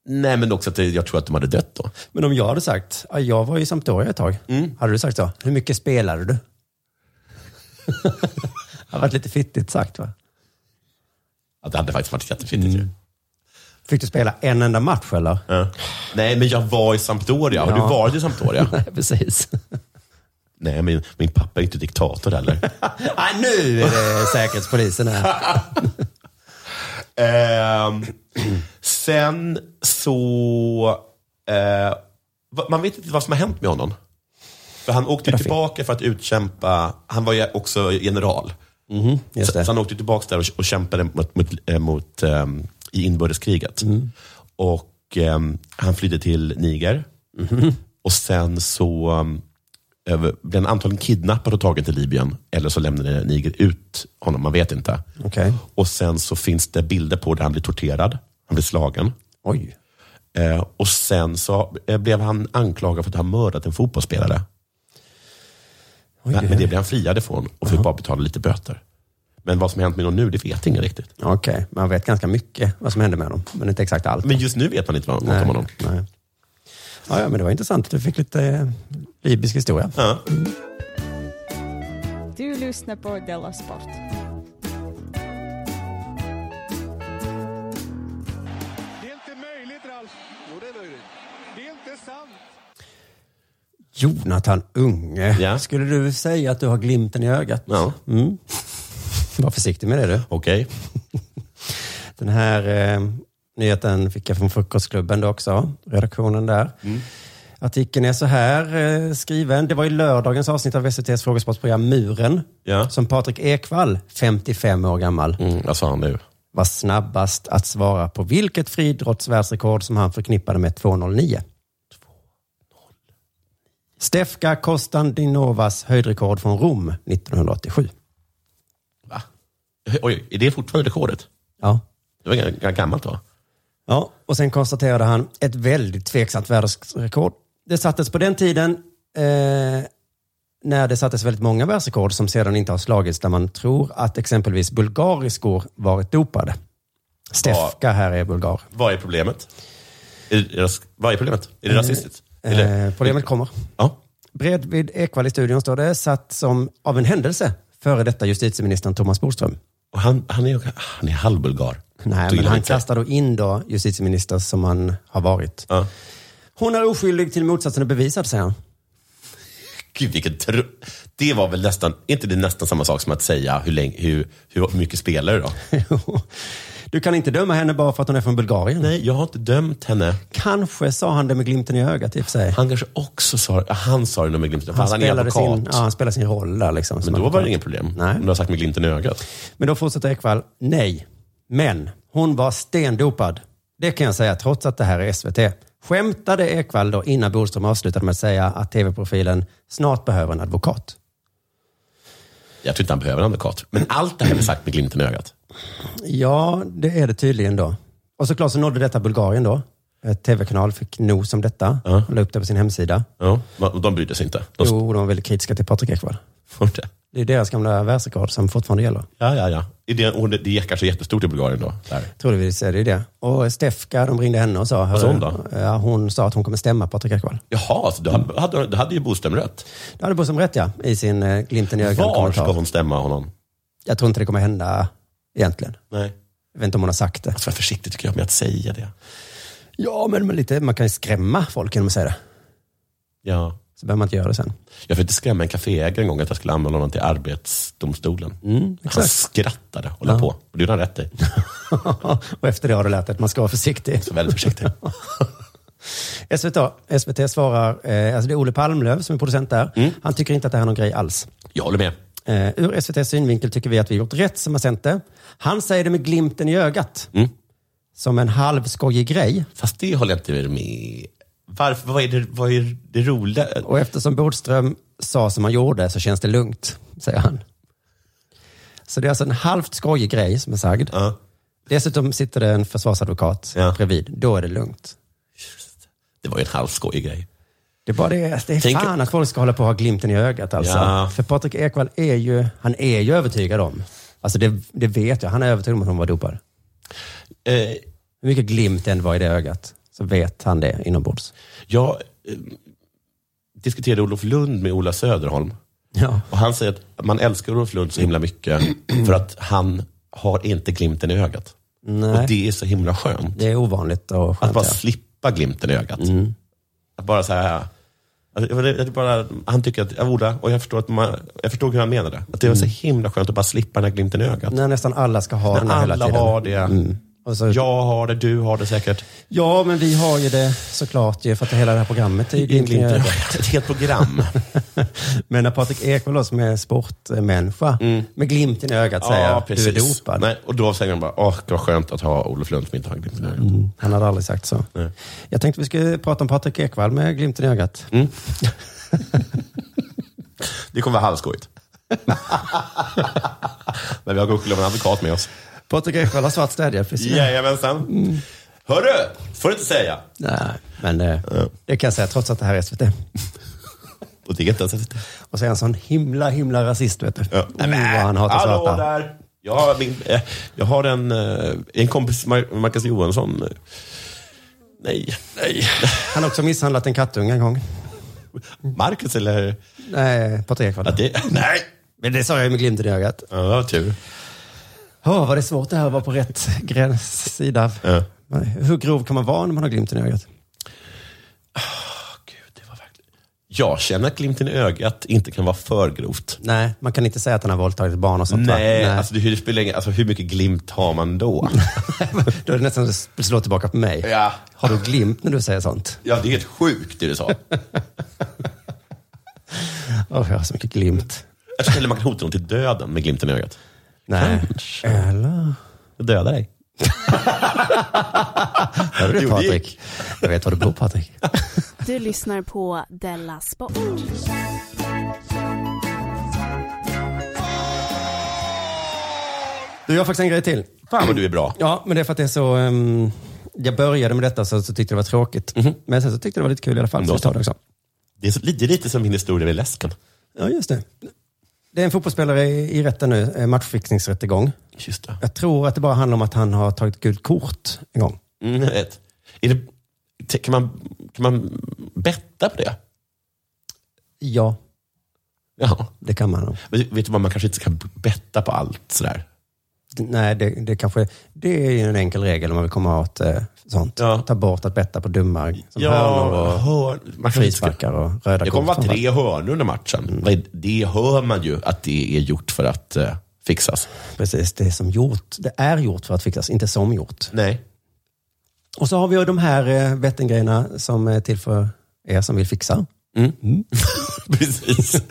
Nej, men också att det, jag tror att de hade dött då.
Men om jag hade sagt, "Ja, jag var i Sampdoria ett tag.
Mm.
Hade du sagt så? Hur mycket spelade du? *laughs* det hade varit lite fittigt sagt va?
Att det hade faktiskt varit jättefittigt
Mm.
ju.
Fick du spela en enda match eller? *laughs*
Ja. Nej, men jag var i Sampdoria. Har
Ja. *laughs*
du varit i Sampdoria?
Nej, precis.
Nej, min, min pappa är inte diktator heller.
*laughs* Nej, nu är det Säkerhetspolisen här.
Ehm, sen så... Eh, va- man vet inte vad som har hänt med honom. För han åkte ju tillbaka för att utkämpa... Han var ju också general. så, så han åkte tillbaka där och, och kämpade mot, mot, eh, mot, ehm, i inbördeskriget. Och ehm, han flydde till Niger. Och sen så ehm, över- blev han antagligen kidnappad och tagen till Libyen. Eller så lämnade Niger ut honom, man vet inte.
*laughs* Okej.
Och sen så finns det bilder på där han blir torterad. Han blir slagen.
Oj.
Eh, och sen så eh, blev han anklagad för att ha mördat en fotbollsspelare.
Oj,
men,
det-
men det blev han friad ifrån och fick bara betala lite böter. Men vad som hänt med honom nu, det vet ingen riktigt.
Okej, man vet ganska mycket vad som hände med honom, men inte exakt allt.
Men just nu vet man inte vad, något om honom.
Nej. Ja, ja, men det var intressant att du fick lite eh, libysk historia.
Ja.
Du lyssnar på Della Sport.
Jonathan Unge, skulle du säga att du har glimten i ögat? Ja. Mm. Var försiktig med det du.
Okej.
Den här eh, nyheten fick jag från Frukostklubben då också, redaktionen där. Artikeln är så här eh, skriven. Det var i lördagens avsnitt av SVTs frågesportprogram Muren. Som Patrik Ekwall, 55 år gammal.
Mm, vad sa han nu?
Var snabbast att svara på vilket friidrottsvärldsrekord som han förknippade med 2.09. Stefka Kostandinovas höjdrekord från Rom 1987.
Eh, Oj, är det fortfarande rekordet?
Ja.
Det var ganska gammalt va?
Ja, och sen konstaterade han ett väldigt tveksamt världsrekord. Det sattes på den tiden eh, när det sattes väldigt många världsrekord som sedan inte har slagits där man tror att exempelvis bulgariskor varit dopade. Stefka här är bulgar.
Vad är problemet? Är det, ras- vad är problemet? Är det
Eh,
rasistiskt? Eller-
Eh, problemet kommer.
Ja.
Bredvid Ekwall i studion står det, satt som av en händelse före detta justitieministern Thomas Bodström.
Och han, han, är, han är halvbulgar.
Nej,
Du
men
gillar
han
inte.
kastar då in då justitieminister som han har varit. Hon är oskyldig till motsatsen är bevisad, säger han. *laughs*
Gud, vilket tr... Det var väl nästan, inte det nästan samma sak som att säga hur, länge, hur, hur mycket spelar
*laughs*
du då?
Du kan inte döma henne bara för att hon är från Bulgarien.
Nej, jag har inte dömt henne.
Kanske sa han det med glimten i ögat i och för sig.
Han kanske också sa ja, Han sa det nog med glimten i
Han,
ögat. Han är
spelade
advokat.
sin, ja, han spelade sin roll där. Liksom, som
Men då var
advokat.
det inget problem. Nej. Om du har sagt med glimten i ögat.
Men då fortsätter Ekwall. Nej, men hon var stendopad. Det kan jag säga trots att det här är SVT. Skämtade Ekwall då innan Bodström avslutade med att säga att tv-profilen snart behöver en advokat.
Jag tror inte han behöver en advokat. Men allt det här är sagt med glimten i ögat.
Ja, det är det tydligen då. Och såklart så nådde detta Bulgarien då. Ett tv-kanal fick nos om detta och la upp det på sin hemsida.
Ja, och de brydde sig inte. De... *laughs*
Jo, de var väldigt kritiska till Patrik Ekwall. Det är deras gamla världsrekord som fortfarande gäller.
Ja, ja, ja. Är Det, och det, det är kanske jättestort i Bulgarien då. Där.
Troligtvis är det ju det. Och Stefka, de ringde henne och sa...
Vad sa hon
"Hörru, Ja, hon sa att hon kommer stämma Patrik Ekwall.
Jaha, så då hade, hade, då hade ju Boström rätt.
Det hade Boström rätt ja, i sin eh, glimten i ögat
Var
kommentar.
ska hon stämma honom?
Jag tror inte det kommer hända egentligen.
Nej.
Jag vet inte om hon har sagt det.
Alltså, var försiktig tycker jag med att säga det.
Ja, men men lite, man kan ju skrämma folk genom att säga det.
Ja.
Så behöver man inte göra det sen. *laughs*
Jag försökte skrämma en kaféägare en gång att jag skulle anmäla honom till Arbetsdomstolen. han
Mm, exakt.
skrattade och la
Ja.
på. Och det gjorde han rätt i.
och efter det har du lärt dig att man ska vara försiktig.
Så
*laughs*
väldigt försiktig.
SVT, SVT svarar, eh, alltså det är Ole Palmlöv som är producent där.
Mm.
Han tycker inte att det här är någon grej alls.
Jag håller med.
Eh, ur SVTs synvinkel tycker vi att vi gjort rätt som har sänt det. Han säger det med glimten i ögat. Som en halvskojig grej.
Fast det håller jag inte med Varför? Vad är det, vad är det roliga?
Och eftersom Bodström sa som han gjorde så känns det lugnt, säger han. Så det är alltså en halvt skojig grej som är sagd. Dessutom sitter det en försvarsadvokat bredvid. Då är det lugnt.
Det var ju en halvskojig grej.
Det är bara det, det är
Tänk-
fan att folk ska hålla på och ha glimten i ögat alltså.
Ja.
För Patrik Ekwall är ju, han är ju övertygad om, alltså det, det vet jag, han är övertygad om att hon var dopad.
Eh.
Hur mycket glimt det än var i det ögat, så vet han det inombords.
Jag eh, diskuterade Olof Lund med Ola Söderholm.
Ja.
Och han säger att man älskar Olof Lund så himla mycket för att han har inte glimten i ögat.
Nej.
Och det är så himla skönt.
Det är ovanligt och skönt. Mm.
Att bara
ja.
slippa glimten i ögat. Att bara så här, Alltså, jag- jag- jag bara, han tycker att, jag borde, och jag förstår, att man, jag förstår hur han menade. Att det var så himla skönt att bara slippa den här glimten i ögat.
När nästan alla ska ha
När
Mm. den här hela
alla
tiden. Mm.
har det. Jag har det, du har det säkert.
Ja, men vi har ju det såklart ju, för att hela det här programmet är ju
Glimt i
glimten i
ögat.
ögat.
Ett helt *laughs* program.
*laughs* men när Patrik Ekwall då, som är sportmänniska, med glimten i ögat säger du är dopad.
Mm. Nej, och då säger han bara, åh, vad skönt att ha Olof Lund som inte har glimten i ögat.
Mm, han hade aldrig sagt så.
Nej.
Jag tänkte vi skulle prata om Patrik Ekwall med glimten i ögat.
Mm. Det kommer vara
*laughs*
halvskojigt. Men vi har gudskelov en advokat med oss.
Patrik Ekwall har svart städhjälp. finns det med?
Jajamensan.
Mm.
Hörru, får du inte säga.
Nej, men eh, det kan jag säga trots att det här är SVT.
*laughs* Och det är inte ens SVT.
Och så är han sån himla, himla rasist vet du. Ja. Oh, vad han hatar
Hallå
svarta.
där! Jag har, min, eh, jag har en, eh, en kompis, Mar- Marcus Johansson. eh, Nej, nej. *laughs*
Han har också misshandlat en kattunge en gång.
Marcus eller?
Nej, Patrik Ekwall.
nej!
Men det sa jag ju med glimten i ögat.
Ja, det var tur.
Åh, vad det är svårt det här att vara på rätt gränssida.
Ja.
Nej, Hur grov kan man vara när man har glimten i ögat?
Jag känner att glimten i ögat inte kan vara för grovt.
Nej, man kan inte säga att han har våldtagit barn och sånt va?
Nej, Alltså, det, det spelar ingen, alltså hur mycket glimt har man då?
Då är det nästan att det slår tillbaka på mig.
Ja.
Har du glimt när du säger sånt?
ja, det är helt sjukt det du sa.
Åh, jag har så mycket glimt.
Jag tror heller man kan hota någon till döden med glimten i ögat.
Nej. Eller?
Jag dödar dig.
*laughs* Hör du det,
Jo, det-
Patrik? Jag vet vad du bor Patrik.
Du lyssnar på Della Sport.
Du, jag har faktiskt en grej till.
Fan vad du är bra.
Ja, men det är för att det är så... ehm, jag började med detta så, så tyckte jag det var tråkigt. Men sen så tyckte jag det var lite kul i alla fall. Mhm. Så
Då
jag tar det också.
Det är, så, det är lite som min historia med läsken.
Ja, just det. Det är en fotbollsspelare i, i rätten nu, eh, matchfixningsrättegång.
Just det.
Jag tror att det bara handlar om att han har tagit gult kort en gång.
Mm, jag vet. Är det, te- kan, man, kan man betta på det?
Ja,
Ja.
det kan man nog.
Men Vet du vad, man kanske inte ska betta på allt sådär.
Nej, det, det kanske... Det är ju en enkel regel om man vill komma åt eh, sånt. Ta bort att betta på dummar som
Ja,
hörnor och
hörn- man kanske inte ska-
frisparkar och röda
Det kommer
kort.
vara tre hörnor under matchen. Vad är- Det hör man ju att det är gjort för att eh, fixas.
Precis, det är som gjort. Det är gjort för att fixas, inte som gjort.
Nej.
Och så har vi ju de här eh, bettinggrejerna som är till för er som vill fixa. Mm.
*laughs* Precis.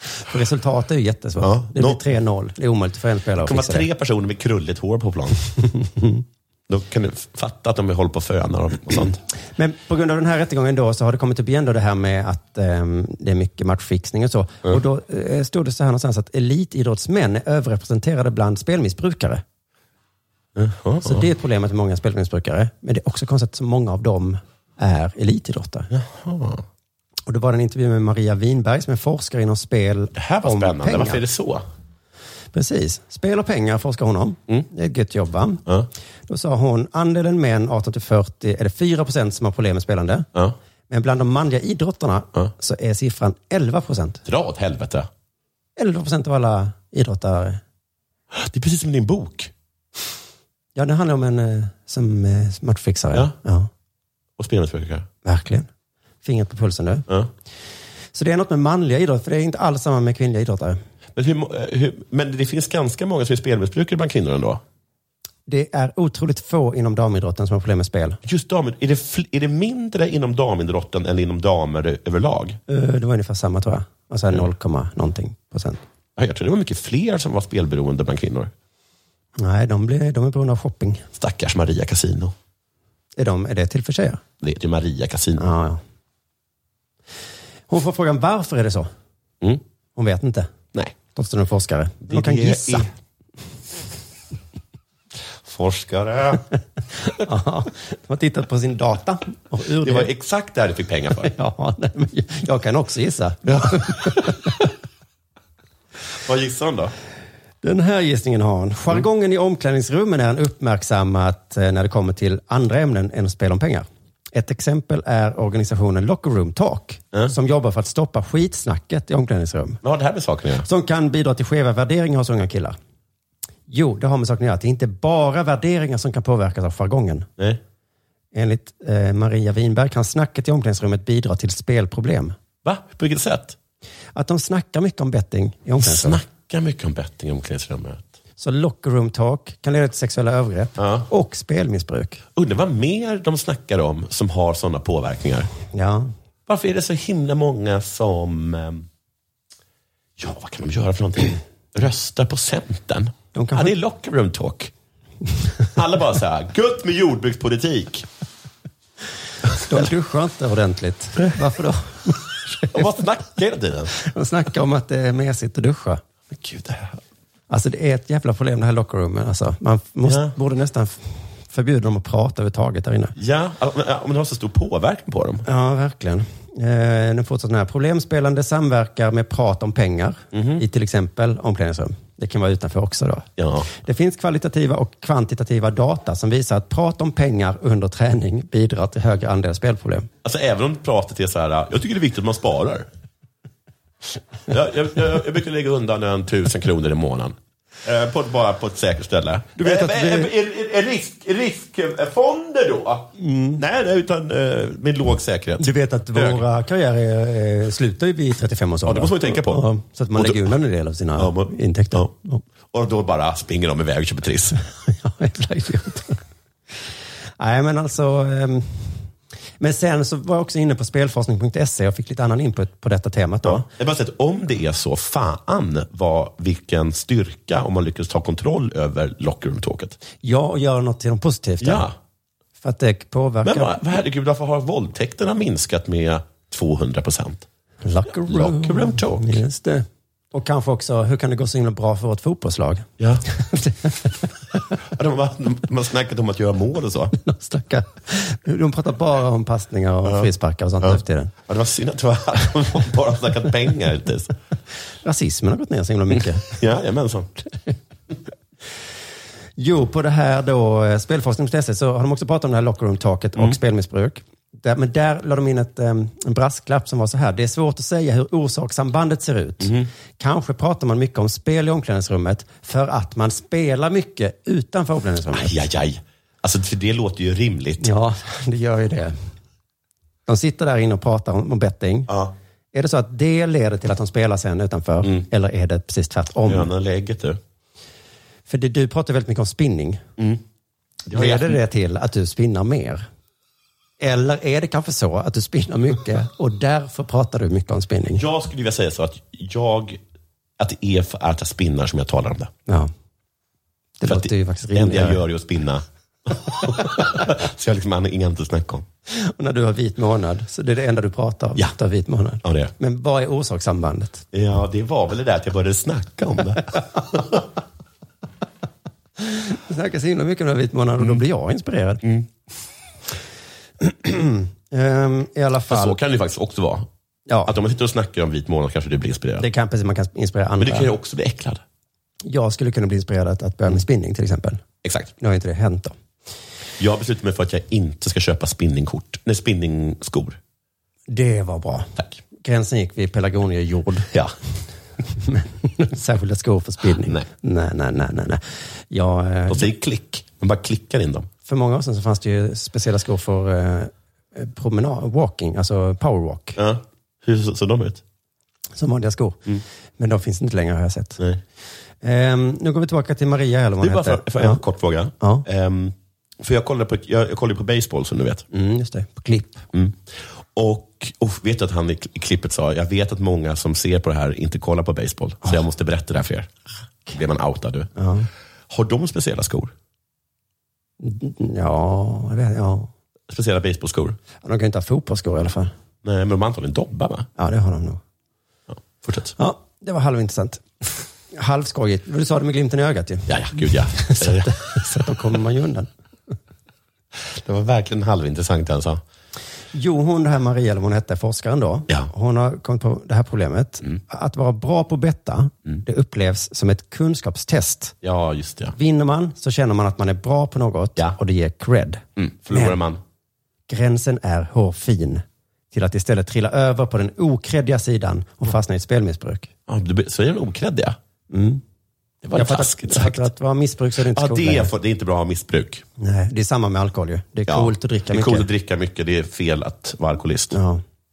För resultat är ju jättesvårt.
Ja.
Det blir
Nå-
3-0. Det är omöjligt för en spelare
Det
att
kommer
fixa
vara tre personer med krulligt hår på *laughs* plan. Då kan du fatta att de håller på och fönar och och sånt.
det. Men på grund av den här rättegången då så har det kommit upp igen då det här med att ehm, det är mycket matchfixning och så. Och då eh, stod det så här någonstans att elitidrottsmän är överrepresenterade bland spelmissbrukare. Så det är ett problem att det är många spelmissbrukare. Men det är också konstigt att så många av dem är elitidrottare.
Jaha.
Och då var det en intervju med Maria Winberg som är forskare inom spel Det här
var
om
spännande.
Pengar.
Varför är det så?
Precis. Spel och pengar forskar hon om.
Mm.
Det är ett gött jobb va? Då sa hon, andelen män 18 till 40 är det 4 procent som har problem med spelande. Men bland de manliga idrottarna så är siffran 11 procent.
Dra åt helvete.
11 procent av alla idrottare.
Det är precis som i din bok.
Ja, det handlar om en eh, som eh, matchfixare.
Ja.
ja.
Och spelmissbrukare.
Verkligen. Fingret på pulsen nu. Så det är något med manliga idrottare, för det är inte alls samma med kvinnliga idrottare.
Men, hur, må- eh, hur, men det finns ganska många som är spelmissbrukare bland kvinnor ändå.
Det är otroligt få inom damidrotten som har problem med spel.
Just damer, är, det fl- är det mindre inom damidrotten än inom damer överlag?
Eh, Det var ungefär samma tror jag. Alltså
Mm.
0, någonting procent.
Ja, Jag tror det var mycket fler som var spelberoende bland kvinnor.
Nej, de, blir, de är beroende av shopping.
Stackars Maria Casino.
Är, de, är det till för tjejer?
Det heter ju Maria Casino.
Ja, ja. Hon får frågan varför är det så?
Mm.
Hon vet inte.
Nej.
Trots att hon är forskare.
Det
Hon kan
det
gissa.
är-
*laughs*
Forskare.
*laughs* Ja, de har tittat på sin data. Och ur
Det var exakt det här du fick pengar för.
*laughs* Ja, nej, men jag kan också gissa.
Vad gissar han då?
Den här gissningen har
Mm.
han. Jargongen i omklädningsrummen är han uppmärksammat eh, när det kommer till andra ämnen än spel om pengar. Ett exempel är organisationen Locker Room Talk som jobbar för att stoppa skitsnacket i omklädningsrum.
Vad har det här med saken att göra?
Som kan bidra till skeva värderingar hos unga killar. Jo, det har med saken att göra att det är inte bara värderingar som kan påverkas av jargongen.
Nej.
Enligt eh, Maria Winberg kan snacket i omklädningsrummet bidra till spelproblem.
Va? På vilket sätt?
Att de snackar mycket om betting i omklädningsrummet.
Snacka mycket om betting i omklädningsrummet.
Så locker room talk kan leda till sexuella övergrepp och spelmissbruk.
Undrar vad mer de snackar om som har sådana påverkningar.
Ja.
Varför är det så himla många som... eh, Ja, vad kan de göra för någonting? Röstar på Centern? Ja, det är locker room talk. Alla bara så här, gött med jordbrukspolitik.
De duschar inte ordentligt. Varför då? *laughs*
De bara snackar hela tiden.
De snackar om att det är mesigt att duscha.
Men gud, det här...
Alltså det är ett jävla problem det här lockerroomen. Alltså, man måste,
Ja.
borde nästan f- förbjuda dem att prata överhuvudtaget där inne.
Ja, om om det har så stor påverkan på dem.
Ja, verkligen. Eh, nu fortsätter den här. Problemspelande samverkar med prat om pengar i till exempel omklädningsrum. Det kan vara utanför också då.
Ja.
Det finns kvalitativa och kvantitativa data som visar att prat om pengar under träning bidrar till högre andel spelproblem.
Alltså även om pratet är så här, jag tycker det är viktigt att man sparar. Jag, jag, jag, jag brukar lägga undan en tusen kronor i månaden. Eh, På, ett- bara på ett säkert ställe.
Du vet
Eh,
att
eh,
det-
eh, är, är, är risk, är riskfonder då? Nej, nej, utan eh, med låg säkerhet.
Mm. Du vet att
Hög.
våra karriärer eh, slutar ju vid 35 års
Ja, det måste man ju tänka på.
Ja, så att man
Och då-
lägger undan en del av sina intäkter.
Och då bara springer de iväg och köper Triss.
*laughs* Nej, men alltså... ehm, men sen så var jag också inne på spelforskning.se och fick lite annan input på detta temat då.
Jag har bara sett, om det är så, fan vad, vilken styrka om man lyckas ta kontroll över lockerroom-talket.
Ja, och göra något till något positivt. där.
Ja.
För att det påverkar...
Men vad, herregud, varför har våldtäkterna minskat med 200 procent?
Locker room.
Locker room talk.
Just det. Och kanske också, hur kan det gå så himla bra för vårt fotbollslag? *laughs*
*laughs* Ja. de, har, de har snackat om att göra mål och så.
De, snackar, de pratar bara om passningar och frisparkar och sånt nu för tiden.
Ja, det var synd att det var, de bara har snackat pengar hittills.
Rasismen har gått ner så himla mycket.
Jajamensan.
Jo, på det här då, eh, spelforskning.se så har de också pratat om det här locker room taket
Mm.
och spelmissbruk. Där, men där la de in ett, em, en brasklapp som var så här. Det är svårt att säga hur orsakssambandet ser ut.
Mm-hmm.
Kanske pratar man mycket om spel i omklädningsrummet för att man spelar mycket utanför omklädningsrummet.
Aj, aj, aj. Alltså, för det låter ju rimligt.
Ja, det gör ju det. De sitter där inne och pratar om, om betting. Är det så att det leder till att de spelar sen utanför?
Mm.
Eller är det precis tvärtom?
Gröna läget du.
För det, du pratar väldigt mycket om spinning.
Mm. har jag-
Leder det till att du spinnar mer? Eller är det kanske så att du spinnar mycket och därför pratar du mycket om spinning?
Jag skulle vilja säga så att jag, att det är för att jag spinnar som jag talar om det.
Ja. Det
För att
låter ju faktiskt
Det enda jag
rimligare.
gör är att spinna. *laughs* så jag har liksom an- inget annat att snacka om.
Och *laughs* när du har vit månad, så det är det enda du pratar om. Ja. Du har vit månad.
Ja, det är.
Men vad är orsakssambandet?
Ja, det var väl det där att jag började snacka om det.
Det snackas himla mycket om den här vit månaden och
Mm.
då blir jag inspirerad. *clears throat* Ehm, I alla
Fast
fall.
så kan det ju faktiskt också vara.
Ja.
Att om man sitter och snackar om vit månad kanske du blir inspirerad.
Det kan, precis, man kan inspirera andra.
Men du kan ju också bli äcklad.
Jag skulle kunna bli inspirerad att, att börja med spinning till exempel.
Exakt.
Nu har ju inte det hänt då.
Jag beslutade mig för att jag inte ska köpa spinningkort. Nej, spinningskor.
Det var bra.
Tack.
Gränsen gick vid pelargoniejord.
Ja.
Men särskilda skor för spinning.
Nej.
Nej, nej, nej, nej. nej. Jag, eh,
De säger klick. Man bara klickar in dem.
för många år sedan så fanns det ju speciella skor för eh, promenad, walking, alltså powerwalk.
Ja. Hur så- såg de ut?
Som vanliga skor. Men de finns inte längre har jag sett.
Nej.
Ehm, nu går vi tillbaka till Maria eller vad
Du,
hon
bara
heter.
för, för en
ja.
kort fråga.
Ja.
Ehm, för jag kollade på, jag, jag kollade på baseball som du vet.
Mm, just det. På klipp.
Mm. Och, och vet du att han i kli- i klippet sa, jag vet att många som ser på det här inte kollar på baseball. Så jag måste berätta det här för er. Då blir man outad du.
Ah. Ja.
Har de speciella skor?
Ja, jag vet, ja.
Speciella baseballskor?
Ja, De kan ju inte ha fotbollsskor i alla fall.
Nej, men de har antagligen dobbar va?
Ja, det har de nog.
Fortsätt.
Ja, det var halvintressant. Halvskojigt. Men Du sa det med glimten i ögat ju.
Ja, ja, gud ja.
*laughs* Så, att, *laughs* så att då kommer man ju undan.
*laughs* Det var verkligen halvintressant det han sa.
Jo, hon det här Maria, eller vad hon hette, forskaren då. Hon har kommit på det här problemet.
Mm.
Att vara bra på betta, det upplevs som ett kunskapstest.
Ja, just det.
Vinner man så känner man att man är bra på något och det ger cred.
Mm. Förlorar
Men-
man?
Gränsen är hårfin till att istället trilla över på
Mm.
den okreddiga sidan och fastna i ett spelmissbruk.
Ja, du, be- så är de okreddiga?
Mm.
Det var
Jag fattar-
taskigt
jag
sagt.
fattar att det var missbruk så är det inte så
Ja,
coolt
det är,
längre.
för, det är inte bra att ha missbruk.
Nej, det är samma med alkohol ju. Det är
Ja,
coolt att dricka
Det är
mycket.
coolt att dricka mycket. Det är fel att vara alkoholist. Det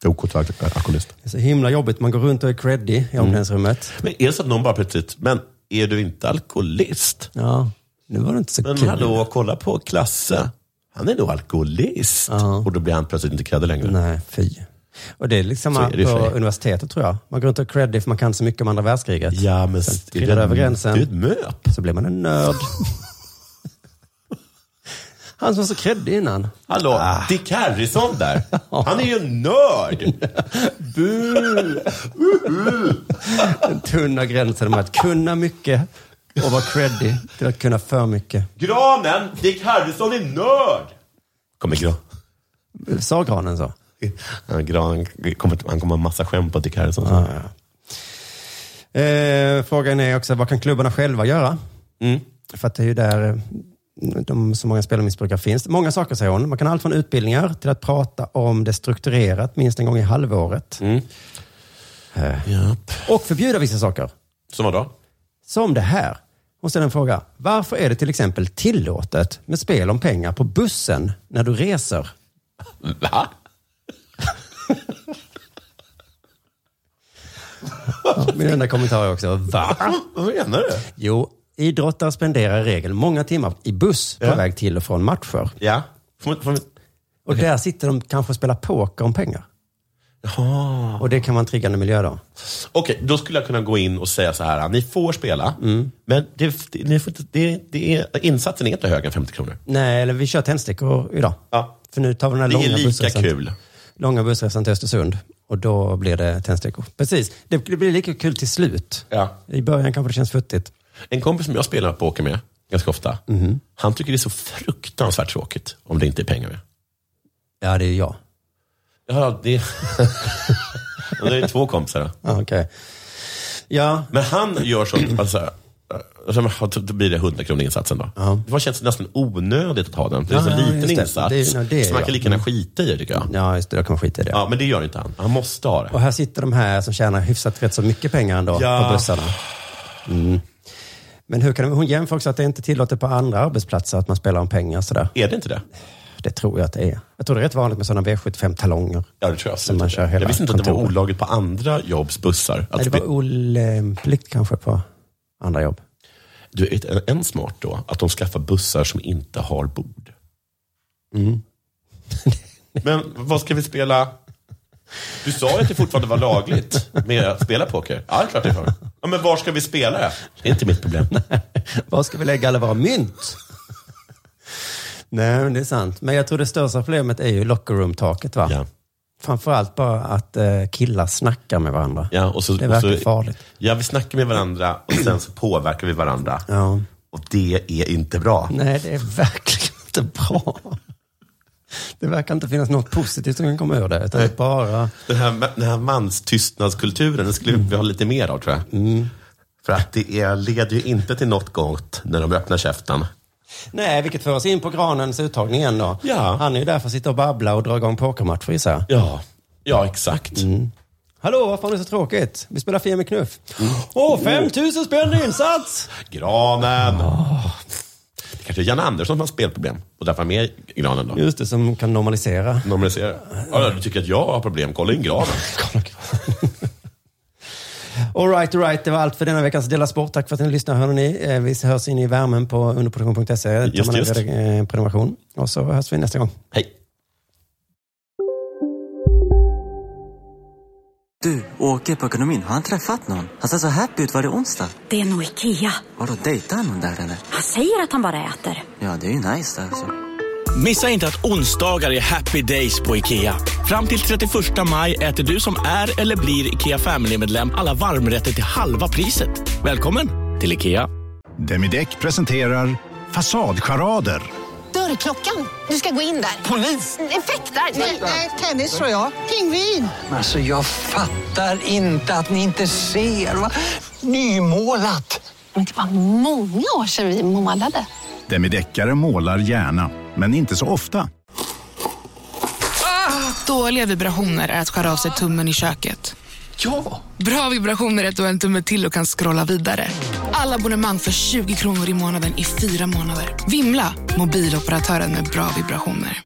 är okoolt att vara alkoholist.
Det är så himla jobbigt. Man går runt och är creddy
Mm.
i omklädningsrummet.
Men är det så att någon bara plötsligt, men är du inte alkoholist?
Ja, nu var det inte så
Men
kul.
hallå, kolla på Klasse. Han är nog alkoholist. Och då blir han plötsligt inte creddig längre.
Nej, fy. Och det är liksom
Så är det ju för
på
sig.
universitetet tror jag. Man går runt och är creddy för man kan så mycket om andra världskriget.
Ja, men
Sen
det är
trillar
det-
det över gränsen.
det är ett möp.
Så blir man en
*laughs*
nörd. Han som var så creddig innan.
Hallå, Dick Harrison *laughs* där. Han är ju en nörd. Bu!
Den tunna gränsen med att kunna mycket och vara creddy till att kunna för mycket.
Granen! Dick Harrison är nörd! Kommer gran.
Sa granen så?
Ja, gran, kommer, han kommer ha massa skämt på Dick Harrison.
Eh, frågan är också, vad kan klubbarna själva göra? För att det är ju där eh, de, så många spelmissbrukare finns. Många saker säger hon. Man kan allt från utbildningar till att prata om det strukturerat minst en gång i halvåret. Eh. Och förbjuda vissa saker.
Som vadå?
Som det här. Hon ställer en fråga. Varför är det till exempel tillåtet med spel om pengar på bussen när du reser?
Va?
Ja, min enda kommentar är också, va?
Vad menar du?
Jo, idrottare spenderar i regel många timmar i buss på
Ja.
väg till och från matcher.
Ja.
Och där sitter de kanske och spelar poker om pengar.
Ah.
Och det kan vara en triggande miljö då.
Okej, då skulle jag kunna gå in och säga så här. Ni får spela, men det, det- ni får inte, det, det är, insatsen är inte högre än 50 kronor.
Nej, eller vi kör tändstickor idag.
Ja.
För nu tar vi den här
Det är
långa
lika
bussresan.
kul.
Långa bussresan till Östersund. Och då blir det tändstickor. Precis. Det blir lika kul till slut.
Ja.
I början kanske det känns futtigt.
En kompis som jag spelar poker med ganska ofta, han tycker det är så fruktansvärt tråkigt om det inte är pengar med.
Ja, det är jag.
Ja, det... Ja, *laughs* det är två kompisar. då.
Ja, okej. Ja.
Men han gör så, alltså, alltså, då blir det 100 kronor insatsen då. Det var- känns nästan onödigt att ha den. Det är
Ja,
en så
ja,
liten
just det.
insats.
Det är- ja, det är
så man kan
jag.
lika gärna skita i det tycker jag.
Ja, just det. Jag kan skita i det.
Ja, men det gör inte han. Han måste ha det.
Och här sitter de här som tjänar hyfsat rätt så mycket pengar ändå
Ja.
på bussarna. Mm. Men hur kan de, hon jämför också att det inte är tillåtet på andra arbetsplatser att man spelar om pengar sådär.
Är det inte det?
Det tror jag att det är. Jag tror det är rätt vanligt med sådana V75-talonger.
Ja, det tror jag.
Som man
absolut.
kör hela
jag visste inte att det var
kontoret.
olagligt på andra jobbs bussar. Att
Nej, det
spe-
var olämpligt kanske på andra jobb.
Du, är det en smart då, att de skaffar bussar som inte har bord. Mm. *laughs* Men vad ska vi spela? Du sa ju att det fortfarande var lagligt med att spela poker. Ja, det är klart det är. Ja, men var ska vi spela det? Det är inte mitt problem.
*laughs* Var ska vi lägga alla våra mynt? Nej, men det är sant. Men jag tror det största problemet är ju locker room-taket va?
Ja.
Framförallt bara att eh, killar snackar med varandra.
Ja, och så,
det
och
verkar
så,
farligt.
Ja, vi snackar med varandra och sen så påverkar vi varandra.
Ja.
Och det är inte bra.
Nej, det är verkligen inte bra. Det verkar inte finnas något positivt som kan komma ur det. Utan det är bara...
Den här, den här manstystnadskulturen, den skulle vi ha lite mer av tror jag.
Mm.
För att det är, leder ju inte till något gott när de öppnar käften.
Nej, vilket för oss in på granens uttagning igen då.
Ja.
Han är ju där för att sitta och babbla och dra igång pokermatcher gissar jag.
Ja, ja exakt.
Hallå, varför har ni så tråkigt? Vi spelar Fia med knuff. Åh, 5000 spänn i insats!
Granen! Det kanske är Jan Andersson som har spelproblem och därför är med i granen då.
Just det, som kan normalisera.
Normalisera. Ja, du tycker att jag har problem, kolla in granen.
All right, all right. Det var allt för denna veckans Dela Sport. Tack för att ni lyssnar, hörni. Eh, Vi hörs in i värmen på underproduktion.se. Där
Just,
tar man en
just.
redig- eh, prenumeration. Och så hörs vi nästa gång.
Hej!
Du, åker på ekonomin. Har han träffat någon? Han ser så happy ut. Var det onsdag?
Det är nog Ikea.
Vadå, dejtar han någon där eller?
Han säger att han bara äter.
Ja, det är ju nice alltså.
Missa inte att onsdagar är happy days på IKEA. Fram till 31 maj äter du som är eller blir IKEA Family-medlem alla varmrätter till halva priset. Välkommen till IKEA.
Demideck presenterar Fasadcharader.
Dörrklockan. Du ska gå in där. Polis? Effektar? Nej, tennis tror jag. Pingvin.
Alltså jag fattar inte att ni inte ser. Va? Nymålat!
Men det var många år sedan vi målade.
Demideckare målar gärna, men inte så ofta.
Dåliga vibrationer är att skära av sig tummen i köket.
Ja! Bra vibrationer är ett och en tumme till och kan scrolla vidare. Alla abonnemang för 20 kronor i månaden i fyra månader. Vimla! Mobiloperatören med bra vibrationer.